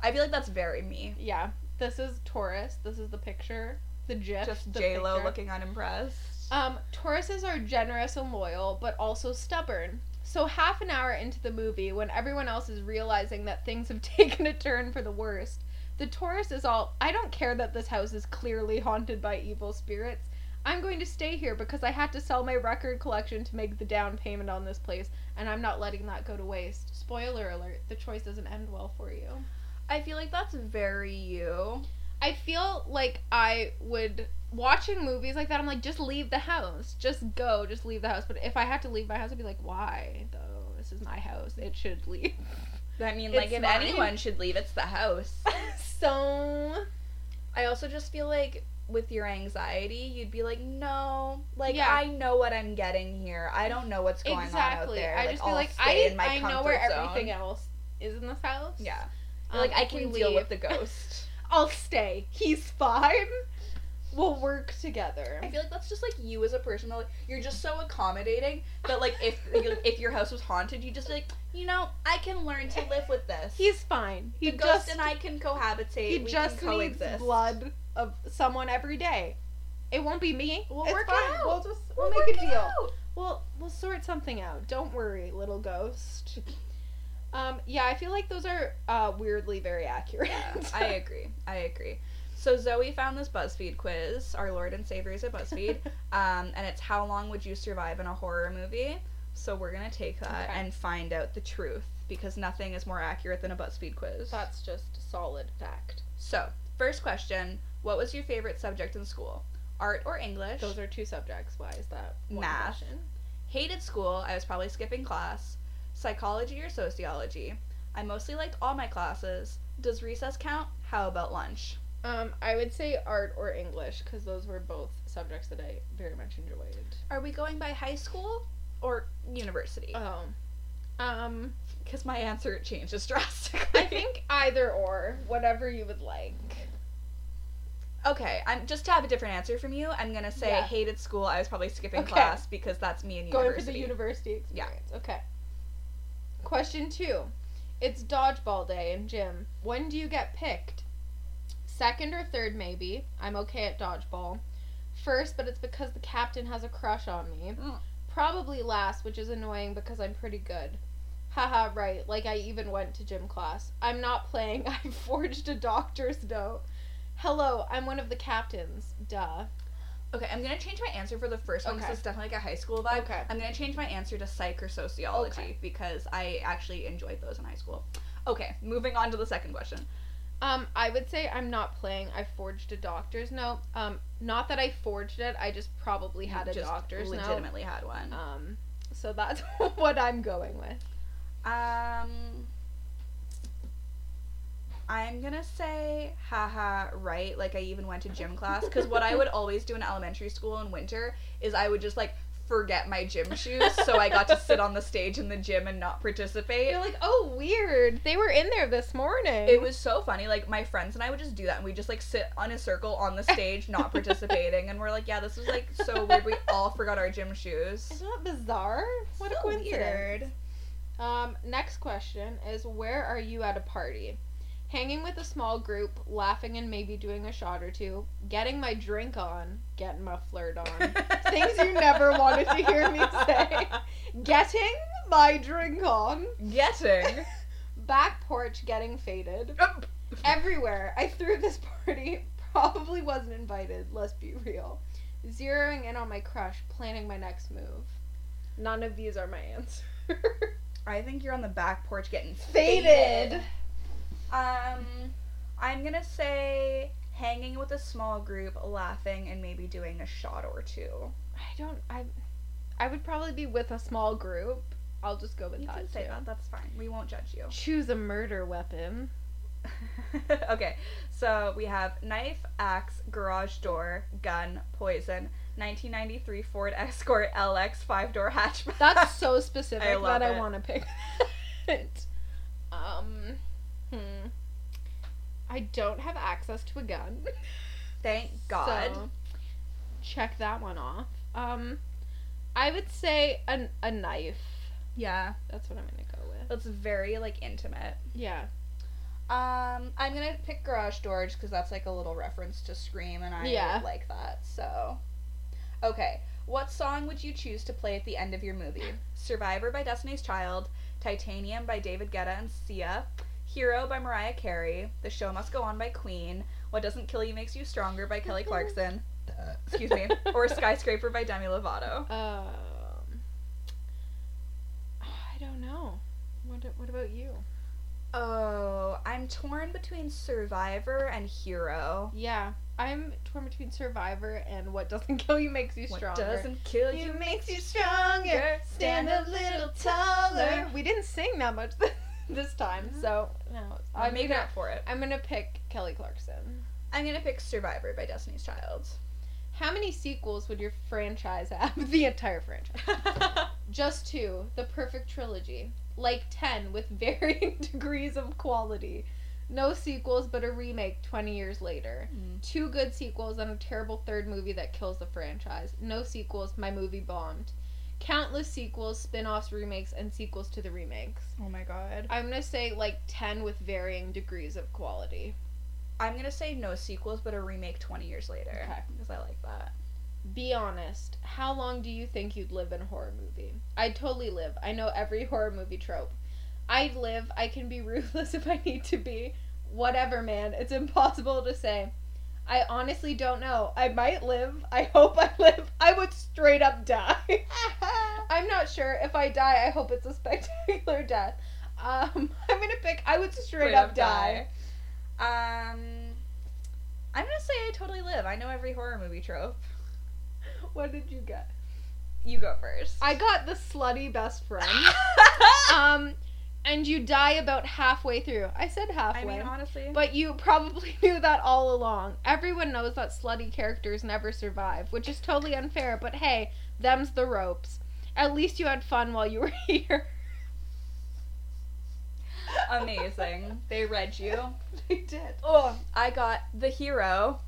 Speaker 2: I feel like that's very me.
Speaker 3: Yeah, this is Taurus. This is the picture, the gif.
Speaker 2: Just
Speaker 3: the
Speaker 2: J Lo
Speaker 3: picture.
Speaker 2: looking unimpressed.
Speaker 3: Um, Tauruses are generous and loyal, but also stubborn. So half an hour into the movie, when everyone else is realizing that things have taken a turn for the worst, the Taurus is all, "I don't care that this house is clearly haunted by evil spirits. I'm going to stay here because I had to sell my record collection to make the down payment on this place, and I'm not letting that go to waste." Spoiler alert: the choice doesn't end well for you.
Speaker 2: I feel like that's very you.
Speaker 3: I feel like I would watching movies like that. I'm like, just leave the house, just go, just leave the house. But if I had to leave my house, I'd be like, why though? This is my house. It should leave.
Speaker 2: I mean, like,
Speaker 3: It's
Speaker 2: if
Speaker 3: mine.
Speaker 2: anyone should leave, it's the house.
Speaker 3: so
Speaker 2: I also just feel like with your anxiety, you'd be like, no, like
Speaker 3: Yeah.
Speaker 2: I know what I'm getting here. I don't know what's going on out
Speaker 3: exactly,
Speaker 2: there.
Speaker 3: I just
Speaker 2: I'll
Speaker 3: feel like
Speaker 2: stay
Speaker 3: I
Speaker 2: in my
Speaker 3: I know where
Speaker 2: comfort
Speaker 3: everything
Speaker 2: zone.
Speaker 3: else is in this house.
Speaker 2: Yeah,
Speaker 3: Um,
Speaker 2: like I
Speaker 3: if we
Speaker 2: can deal with
Speaker 3: leave,
Speaker 2: the ghost.
Speaker 3: I'll stay. He's fine. We'll work together.
Speaker 2: I feel like that's just like you as a person. though, Like, you're just so accommodating that like if if your house was haunted, you would just be like you know I can learn to live with this.
Speaker 3: He's fine.
Speaker 2: the
Speaker 3: He
Speaker 2: ghost
Speaker 3: just
Speaker 2: and I can cohabitate.
Speaker 3: He
Speaker 2: we
Speaker 3: just
Speaker 2: can coexist.
Speaker 3: needs blood of someone every day. It won't be me.
Speaker 1: We'll
Speaker 3: It's
Speaker 1: work
Speaker 3: fine.
Speaker 1: it out. We'll just
Speaker 3: We'll
Speaker 1: we'll,
Speaker 3: work
Speaker 1: make a
Speaker 3: it
Speaker 1: deal.
Speaker 3: out. We'll we'll sort something out. Don't worry, little ghost. Um, yeah, I feel like those are uh, weirdly very accurate.
Speaker 2: Yeah, I agree. I agree. So Zoe found this BuzzFeed quiz. Our Lord and Savior is at BuzzFeed, um, and it's how long would you survive in a horror movie? So we're gonna take that
Speaker 3: Okay.
Speaker 2: and find out the truth because nothing is more accurate than a BuzzFeed quiz.
Speaker 3: That's just solid fact.
Speaker 2: so first question: What was your favorite subject in school? Art or English?
Speaker 3: Those are two subjects. Why is that? One
Speaker 2: Math.
Speaker 3: question?
Speaker 2: Hated school. I was probably skipping class. Psychology or sociology. I mostly liked all my classes. Does recess count? How about lunch?
Speaker 3: Um, I would say art or English because those were both subjects that I very much enjoyed.
Speaker 2: Are we going by high school or university?
Speaker 3: Oh, um,
Speaker 2: Because my answer changes drastically.
Speaker 3: I think either or, whatever you would like.
Speaker 2: Okay, I'm just to have a different answer from you. I'm gonna say
Speaker 3: Yeah.
Speaker 2: hated school. I was probably skipping
Speaker 3: Okay.
Speaker 2: class because that's me in
Speaker 3: going
Speaker 2: university.
Speaker 3: for the university
Speaker 2: Yeah.
Speaker 3: experience. Okay. Question two. It's dodgeball day in gym. When do you get picked? Second or third, maybe. I'm okay at dodgeball. First, but it's because the captain has a crush on me.
Speaker 2: Mm.
Speaker 3: Probably last, which is annoying because I'm pretty good. Haha, right. Like I even went to gym class. I'm not playing. I forged a doctor's note. Hello, I'm one of the captains. Duh.
Speaker 2: okay, I'm gonna change my answer for the first one because
Speaker 3: Okay.
Speaker 2: it's definitely like a high school vibe.
Speaker 3: Okay.
Speaker 2: I'm gonna change my answer to psych or sociology
Speaker 3: Okay.
Speaker 2: because I actually enjoyed those in high school. Okay, moving on to the second question.
Speaker 3: Um, I would say I'm not playing. I forged a doctor's note. Um, not that I forged it. I just probably had
Speaker 2: You
Speaker 3: a
Speaker 2: just
Speaker 3: doctor's note.
Speaker 2: legitimately had one.
Speaker 3: Um, so that's what I'm going with.
Speaker 2: Um, I'm gonna say, haha, right? Like I even went to gym class because what I would always do in elementary school in winter is I would just like forget my gym shoes, so I got to sit on the stage in the gym and not participate.
Speaker 3: You're like, oh, weird. They were in there this morning.
Speaker 2: It was so funny. Like my friends and I would just do that, and we just like sit on a circle on the stage, not participating, and we're like, yeah, this was like so weird. We all forgot our gym shoes.
Speaker 3: Isn't that bizarre? What a
Speaker 2: So
Speaker 3: coincidence.
Speaker 2: weird.
Speaker 3: Um, next question is where are you at a party? Hanging with a small group, laughing and maybe doing a shot or two, getting my drink on, getting my flirt on. Things you never wanted to hear me say. getting my drink on,
Speaker 2: Getting.
Speaker 3: back porch getting faded, everywhere. I threw this party, probably wasn't invited, let's be real. Zeroing in on my crush, planning my next move. None of these are my answer.
Speaker 2: I think you're on the back porch getting
Speaker 3: faded.
Speaker 2: Um, I'm gonna say hanging with a small group, laughing, and maybe doing a shot or two.
Speaker 3: I don't I I would probably be with a small group. I'll just go with
Speaker 2: You
Speaker 3: that.
Speaker 2: can say
Speaker 3: too.
Speaker 2: that. That's fine. We won't judge you.
Speaker 3: Choose a murder weapon.
Speaker 2: okay, so we have knife, axe, garage door, gun, poison. 1993 Ford Escort LX five door hatchback.
Speaker 3: That's so specific
Speaker 2: I love
Speaker 3: that
Speaker 2: it.
Speaker 3: I want to pick it. Um, hmm. I don't have access to a gun.
Speaker 2: thank God.
Speaker 3: So, check that one off. Um, I would say an, a knife.
Speaker 2: Yeah,
Speaker 3: That's what I'm gonna go with.
Speaker 2: that's very like intimate.
Speaker 3: Yeah.
Speaker 2: Um, I'm gonna pick garage storage because that's like a little reference to Scream, and I
Speaker 3: Yeah.
Speaker 2: like that. So, okay, what song would you choose to play at the end of your movie? Survivor by Destiny's Child, Titanium by David Guetta and Sia, Hero by Mariah Carey, The Show Must Go On by Queen, What Doesn't Kill You Makes You Stronger by Kelly Clarkson, excuse me, or Skyscraper by Demi Lovato.
Speaker 3: Um, I don't know. What, a- what about you?
Speaker 2: Oh, I'm torn between Survivor and Hero.
Speaker 3: Yeah, I'm torn between Survivor and What Doesn't Kill You Makes You
Speaker 2: What
Speaker 3: Stronger.
Speaker 2: doesn't kill you
Speaker 3: makes you stronger.
Speaker 2: stand a
Speaker 3: little taller. We didn't sing that much this time,
Speaker 2: Mm-hmm.
Speaker 3: so no.
Speaker 2: I
Speaker 3: I'm
Speaker 2: made
Speaker 3: gonna,
Speaker 2: up for it.
Speaker 3: I'm gonna pick Kelly Clarkson.
Speaker 2: I'm gonna pick Survivor by Destiny's Child.
Speaker 3: How many sequels would your franchise have? The entire franchise. Just two. The perfect trilogy. Like 10 with varying degrees of quality. No sequels, but a remake 20 years later.
Speaker 2: Mm.
Speaker 3: Two good sequels and a terrible third movie that kills the franchise. No sequels, my movie bombed. Countless sequels, spin offs, remakes, and sequels to the remakes.
Speaker 2: Oh my god.
Speaker 3: I'm gonna say like 10 with varying degrees of quality.
Speaker 2: I'm gonna say no sequels, but a remake 20 years later.
Speaker 3: Okay.
Speaker 2: Because I like that.
Speaker 3: Be honest. How long do you think you'd live in a horror movie? I'd totally live. I know every horror movie trope. I'd live. I can be ruthless if I need to be. Whatever, man. It's impossible to say. I honestly don't know. I might live. I hope I live. I would straight up die. I'm not sure. If I die, I hope it's a spectacular death. Um, I'm gonna pick. I would straight,
Speaker 2: Straight
Speaker 3: up,
Speaker 2: up
Speaker 3: die.
Speaker 2: Um, I'm gonna say I totally live. I know every horror movie trope.
Speaker 3: What did you get?
Speaker 2: You go first.
Speaker 3: I got the slutty best friend. um, and you die about halfway through. I said
Speaker 2: I
Speaker 3: halfway.
Speaker 2: mean, honestly.
Speaker 3: but you probably knew that all along. Everyone knows that slutty characters never survive, which is totally unfair, but hey, them's the ropes. At least you had fun while you were here.
Speaker 2: Amazing. They read you.
Speaker 3: I did.
Speaker 2: Oh, I got the hero.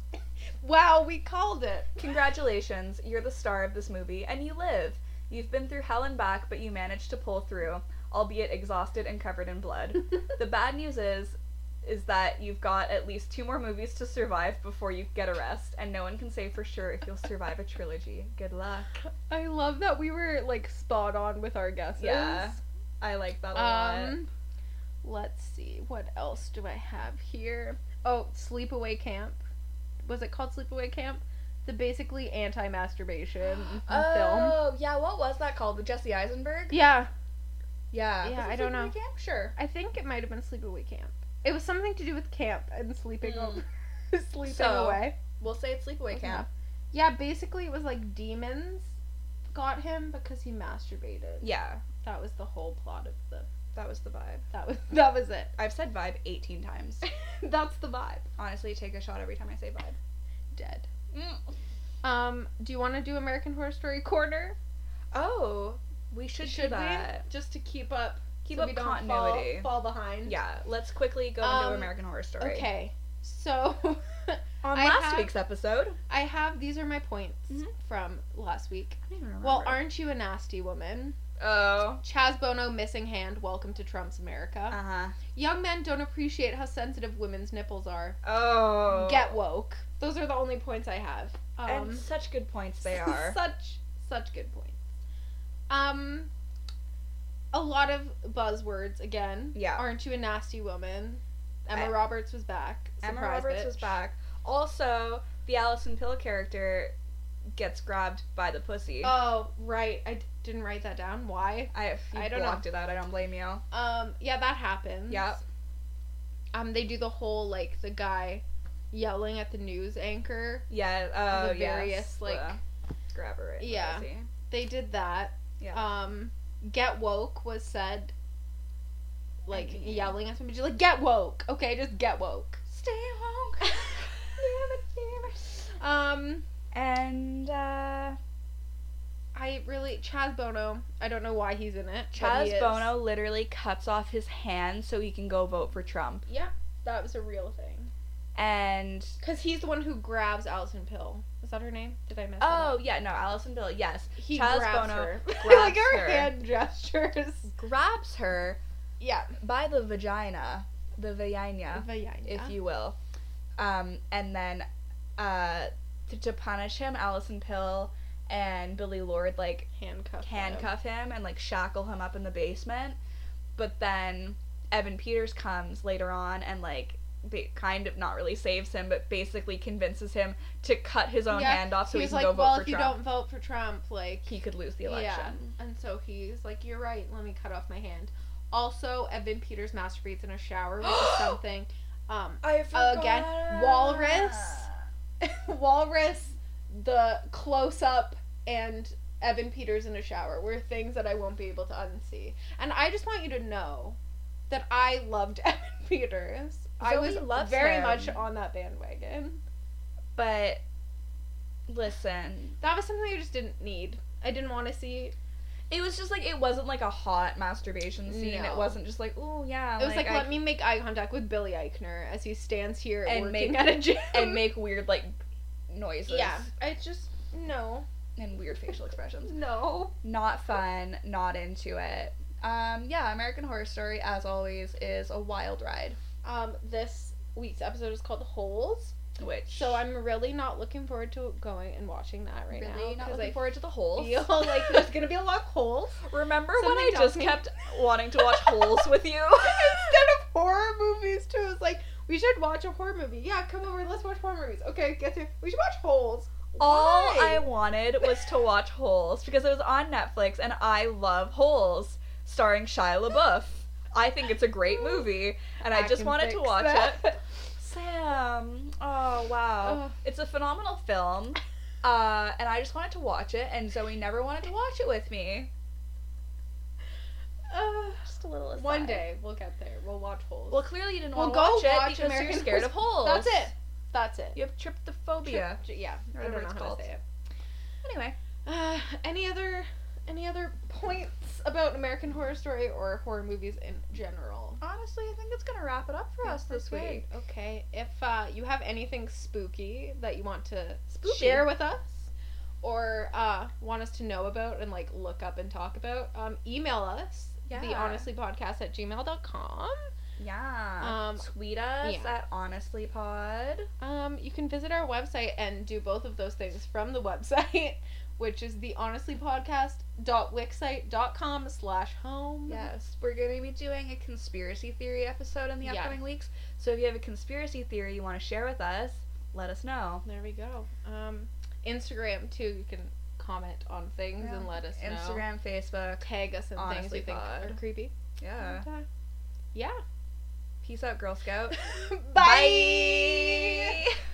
Speaker 3: Wow, we called it.
Speaker 2: Congratulations, you're the star of this movie, and you live. You've been through hell and back, but you managed to pull through, albeit exhausted and covered in blood. the bad news is is that you've got at least two more movies to survive before you get a rest, and no one can say for sure if you'll survive a trilogy. Good luck.
Speaker 3: I love that we were like spot on with our guesses.
Speaker 2: Yeah. I like that a lot.
Speaker 3: Um, let's see. What else do I have here? Oh, sleepaway camp. Was it called sleepaway camp? The basically anti-masturbation film.
Speaker 2: Oh yeah, what was that called? With Jesse Eisenberg?
Speaker 3: Yeah,
Speaker 2: Yeah.
Speaker 3: Yeah,
Speaker 2: Was it
Speaker 3: I don't
Speaker 2: Sleepaway
Speaker 3: know.
Speaker 2: Camp? Sure.
Speaker 3: I think it might have been sleepaway camp. It was something to do with camp and sleeping
Speaker 2: Mm.
Speaker 3: over, sleeping
Speaker 2: So,
Speaker 3: away.
Speaker 2: We'll say it's Sleepaway
Speaker 3: Okay.
Speaker 2: Camp.
Speaker 3: Yeah, basically it was like demons got him because he masturbated.
Speaker 2: Yeah,
Speaker 3: That was the whole plot of the.
Speaker 2: that was the vibe.
Speaker 3: That was that was it.
Speaker 2: I've said vibe 18 times.
Speaker 3: That's the vibe.
Speaker 2: Honestly, take a shot every time I say vibe.
Speaker 3: Dead. Um, do you want to do American Horror Story corner?
Speaker 2: Oh, we should, do that.
Speaker 3: Just to keep up,
Speaker 2: Keep
Speaker 3: so
Speaker 2: up
Speaker 3: we don't
Speaker 2: continuity.
Speaker 3: fall, fall behind.
Speaker 2: Yeah, let's quickly go into
Speaker 3: Um,
Speaker 2: American Horror Story.
Speaker 3: Okay. So,
Speaker 2: On
Speaker 3: I
Speaker 2: last
Speaker 3: have-
Speaker 2: week's episode,
Speaker 3: I have these are my points
Speaker 2: Mhm.
Speaker 3: from last week.
Speaker 2: I don't even remember.
Speaker 3: Well, aren't you a nasty woman?
Speaker 2: oh,
Speaker 3: Chaz Bono missing hand. Welcome to Trump's America.
Speaker 2: uh huh,
Speaker 3: Young men don't appreciate how sensitive women's nipples are.
Speaker 2: oh,
Speaker 3: Get woke. Those are the only points I have. Um,
Speaker 2: and such good points they are.
Speaker 3: such such good points. Um a lot of buzzwords again.
Speaker 2: Yeah.
Speaker 3: Aren't you a nasty woman? Emma
Speaker 2: I-
Speaker 3: Roberts was back.
Speaker 2: Emma
Speaker 3: Surprise,
Speaker 2: Roberts was
Speaker 3: bitch.
Speaker 2: back. Also, the Allison Pill character gets grabbed by the pussy.
Speaker 3: Oh, right. I d- didn't write that down. Why?
Speaker 2: I, if you
Speaker 3: I don't know.
Speaker 2: blocked it out. I don't blame you.
Speaker 3: Um yeah, that happens.
Speaker 2: Yep.
Speaker 3: Um they do the whole like the guy yelling at the news anchor.
Speaker 2: Yeah. Oh,
Speaker 3: the
Speaker 2: yes,
Speaker 3: various, like-
Speaker 2: the grabber. Right
Speaker 3: Yeah. They did that.
Speaker 2: Yeah.
Speaker 3: Um get woke was said like
Speaker 2: mean-
Speaker 3: yelling at somebody like get woke. Okay, just get woke.
Speaker 2: Stay home.
Speaker 3: Um
Speaker 2: and uh,
Speaker 3: I really Chaz Bono. I don't know why he's in it. but he
Speaker 2: Chaz
Speaker 3: is.
Speaker 2: Bono literally cuts off his hand so he can go vote for Trump.
Speaker 3: Yeah, that was a real thing.
Speaker 2: And
Speaker 3: Cause he's the one who grabs Alison Pill. Is that her name? Did I miss? that
Speaker 2: Oh
Speaker 3: up?
Speaker 2: yeah, no, Allison Bill. Yes,
Speaker 3: he
Speaker 2: Oh, Chaz
Speaker 3: grabs
Speaker 2: Bono
Speaker 3: her. like
Speaker 2: grabs
Speaker 3: her,
Speaker 2: her.
Speaker 3: hand gestures.
Speaker 2: grabs her
Speaker 3: Yeah,
Speaker 2: by the vagina, the vagina,
Speaker 3: vagina.
Speaker 2: if you will, um, and then uh, to, to punish him, Allison Pill and Billy Lord like
Speaker 3: handcuff, him.
Speaker 2: handcuff him and like shackle him up in the basement. But then Evan Peters comes later on and like ba- kind of not really saves him, but basically convinces him to cut his own
Speaker 3: Yeah,
Speaker 2: hand off so
Speaker 3: he
Speaker 2: he,
Speaker 3: was
Speaker 2: can
Speaker 3: like,
Speaker 2: go vote
Speaker 3: well,
Speaker 2: for
Speaker 3: if you
Speaker 2: Trump.
Speaker 3: don't vote for Trump, like
Speaker 2: He could lose the election.
Speaker 3: Yeah. And so he's like, You're right, let me cut off my hand. Also, Evan Peters masturbates in a shower, which is something. Um
Speaker 2: I
Speaker 3: Again, walrus. Walrus, the close up and Evan Peters in a shower were things that I won't be able to unsee. And I just want you to know that I loved Evan Peters. I
Speaker 2: Zoe
Speaker 3: was
Speaker 2: loves
Speaker 3: very
Speaker 2: him.
Speaker 3: much on that bandwagon.
Speaker 2: But listen,
Speaker 3: That was something I just didn't need. I didn't want to see.
Speaker 2: it was just like it wasn't like a hot masturbation scene.
Speaker 3: No.
Speaker 2: It wasn't just like, oh yeah,
Speaker 3: It was like,
Speaker 2: I
Speaker 3: let me make eye contact with Billy Eichner as he stands here
Speaker 2: And
Speaker 3: working
Speaker 2: make-
Speaker 3: at a gym.
Speaker 2: and make weird like noises
Speaker 3: Yeah, I just no,
Speaker 2: and weird facial expressions.
Speaker 3: no.
Speaker 2: not fun, not into it. Um, yeah, American Horror Story, as always, is a wild ride.
Speaker 3: Um, this week's episode is called Holes,
Speaker 2: Which
Speaker 3: so I'm really not looking forward to going and watching that right now.
Speaker 2: really not
Speaker 3: 'cause
Speaker 2: looking
Speaker 3: I
Speaker 2: forward to the holes.
Speaker 3: feel like there's gonna be a lot of holes.
Speaker 2: Remember when
Speaker 3: Something
Speaker 2: I
Speaker 3: tells
Speaker 2: just
Speaker 3: me-
Speaker 2: kept wanting to watch holes with you?
Speaker 3: Instead of horror movies too, it's like we should watch a horror movie. Yeah, come over, let's watch horror movies. Okay, get through. We should watch Holes.
Speaker 2: All
Speaker 3: Why?
Speaker 2: I wanted was to watch Holes because it was on Netflix and I love Holes, starring Shia LaBeouf. I think it's a great movie and I,
Speaker 3: I
Speaker 2: just
Speaker 3: can
Speaker 2: wanted to
Speaker 3: fix
Speaker 2: watch
Speaker 3: that.
Speaker 2: it. Sam. Oh wow.
Speaker 3: Ugh.
Speaker 2: It's a phenomenal film. Uh, and I just wanted to watch it, and Zoe never wanted to watch it with me.
Speaker 3: Uh,
Speaker 2: Just a little aside.
Speaker 3: one day we'll get there. We'll watch Holes.
Speaker 2: Well, clearly you didn't
Speaker 3: Well,
Speaker 2: want to
Speaker 3: go
Speaker 2: watch it
Speaker 3: watch
Speaker 2: because
Speaker 3: American
Speaker 2: you're scared
Speaker 3: Horror-
Speaker 2: of holes.
Speaker 3: That's it. That's it.
Speaker 2: You have tryptophobia.
Speaker 3: Trip- yeah.
Speaker 2: Or
Speaker 3: I don't
Speaker 2: whatever
Speaker 3: know
Speaker 2: it's
Speaker 3: how
Speaker 2: called.
Speaker 3: to say it.
Speaker 2: Anyway,
Speaker 3: Uh, any other any other points about American Horror Story or horror movies in general?
Speaker 2: honestly, I think it's gonna wrap it up for us this week.
Speaker 3: Okay. If uh, you have anything spooky that you want to
Speaker 2: Spooky?
Speaker 3: share with us or uh, want us to know about and like look up and talk about, um, email us the
Speaker 2: Yeah.
Speaker 3: honestly podcast at gmail.com.
Speaker 2: Yeah.
Speaker 3: Um,
Speaker 2: Tweet us
Speaker 3: yeah.
Speaker 2: at honestlypod.
Speaker 3: Um, you can visit our website and do both of those things from the website, which is the honestlypodcast.wixsite.com slash home.
Speaker 2: Yes, we're gonna be doing a conspiracy theory episode in the
Speaker 3: Yeah.
Speaker 2: upcoming weeks. So if you have a conspiracy theory you want to share with us, let us know.
Speaker 3: There we go. Um, Instagram too. You can comment on things and
Speaker 2: Yeah.
Speaker 3: let us know.
Speaker 2: Instagram, Facebook.
Speaker 3: Tag us in things
Speaker 2: Honestly
Speaker 3: you think
Speaker 2: pod.
Speaker 3: are creepy.
Speaker 2: Yeah.
Speaker 3: And, uh, yeah.
Speaker 2: Peace out, Girl Scout.
Speaker 3: Bye.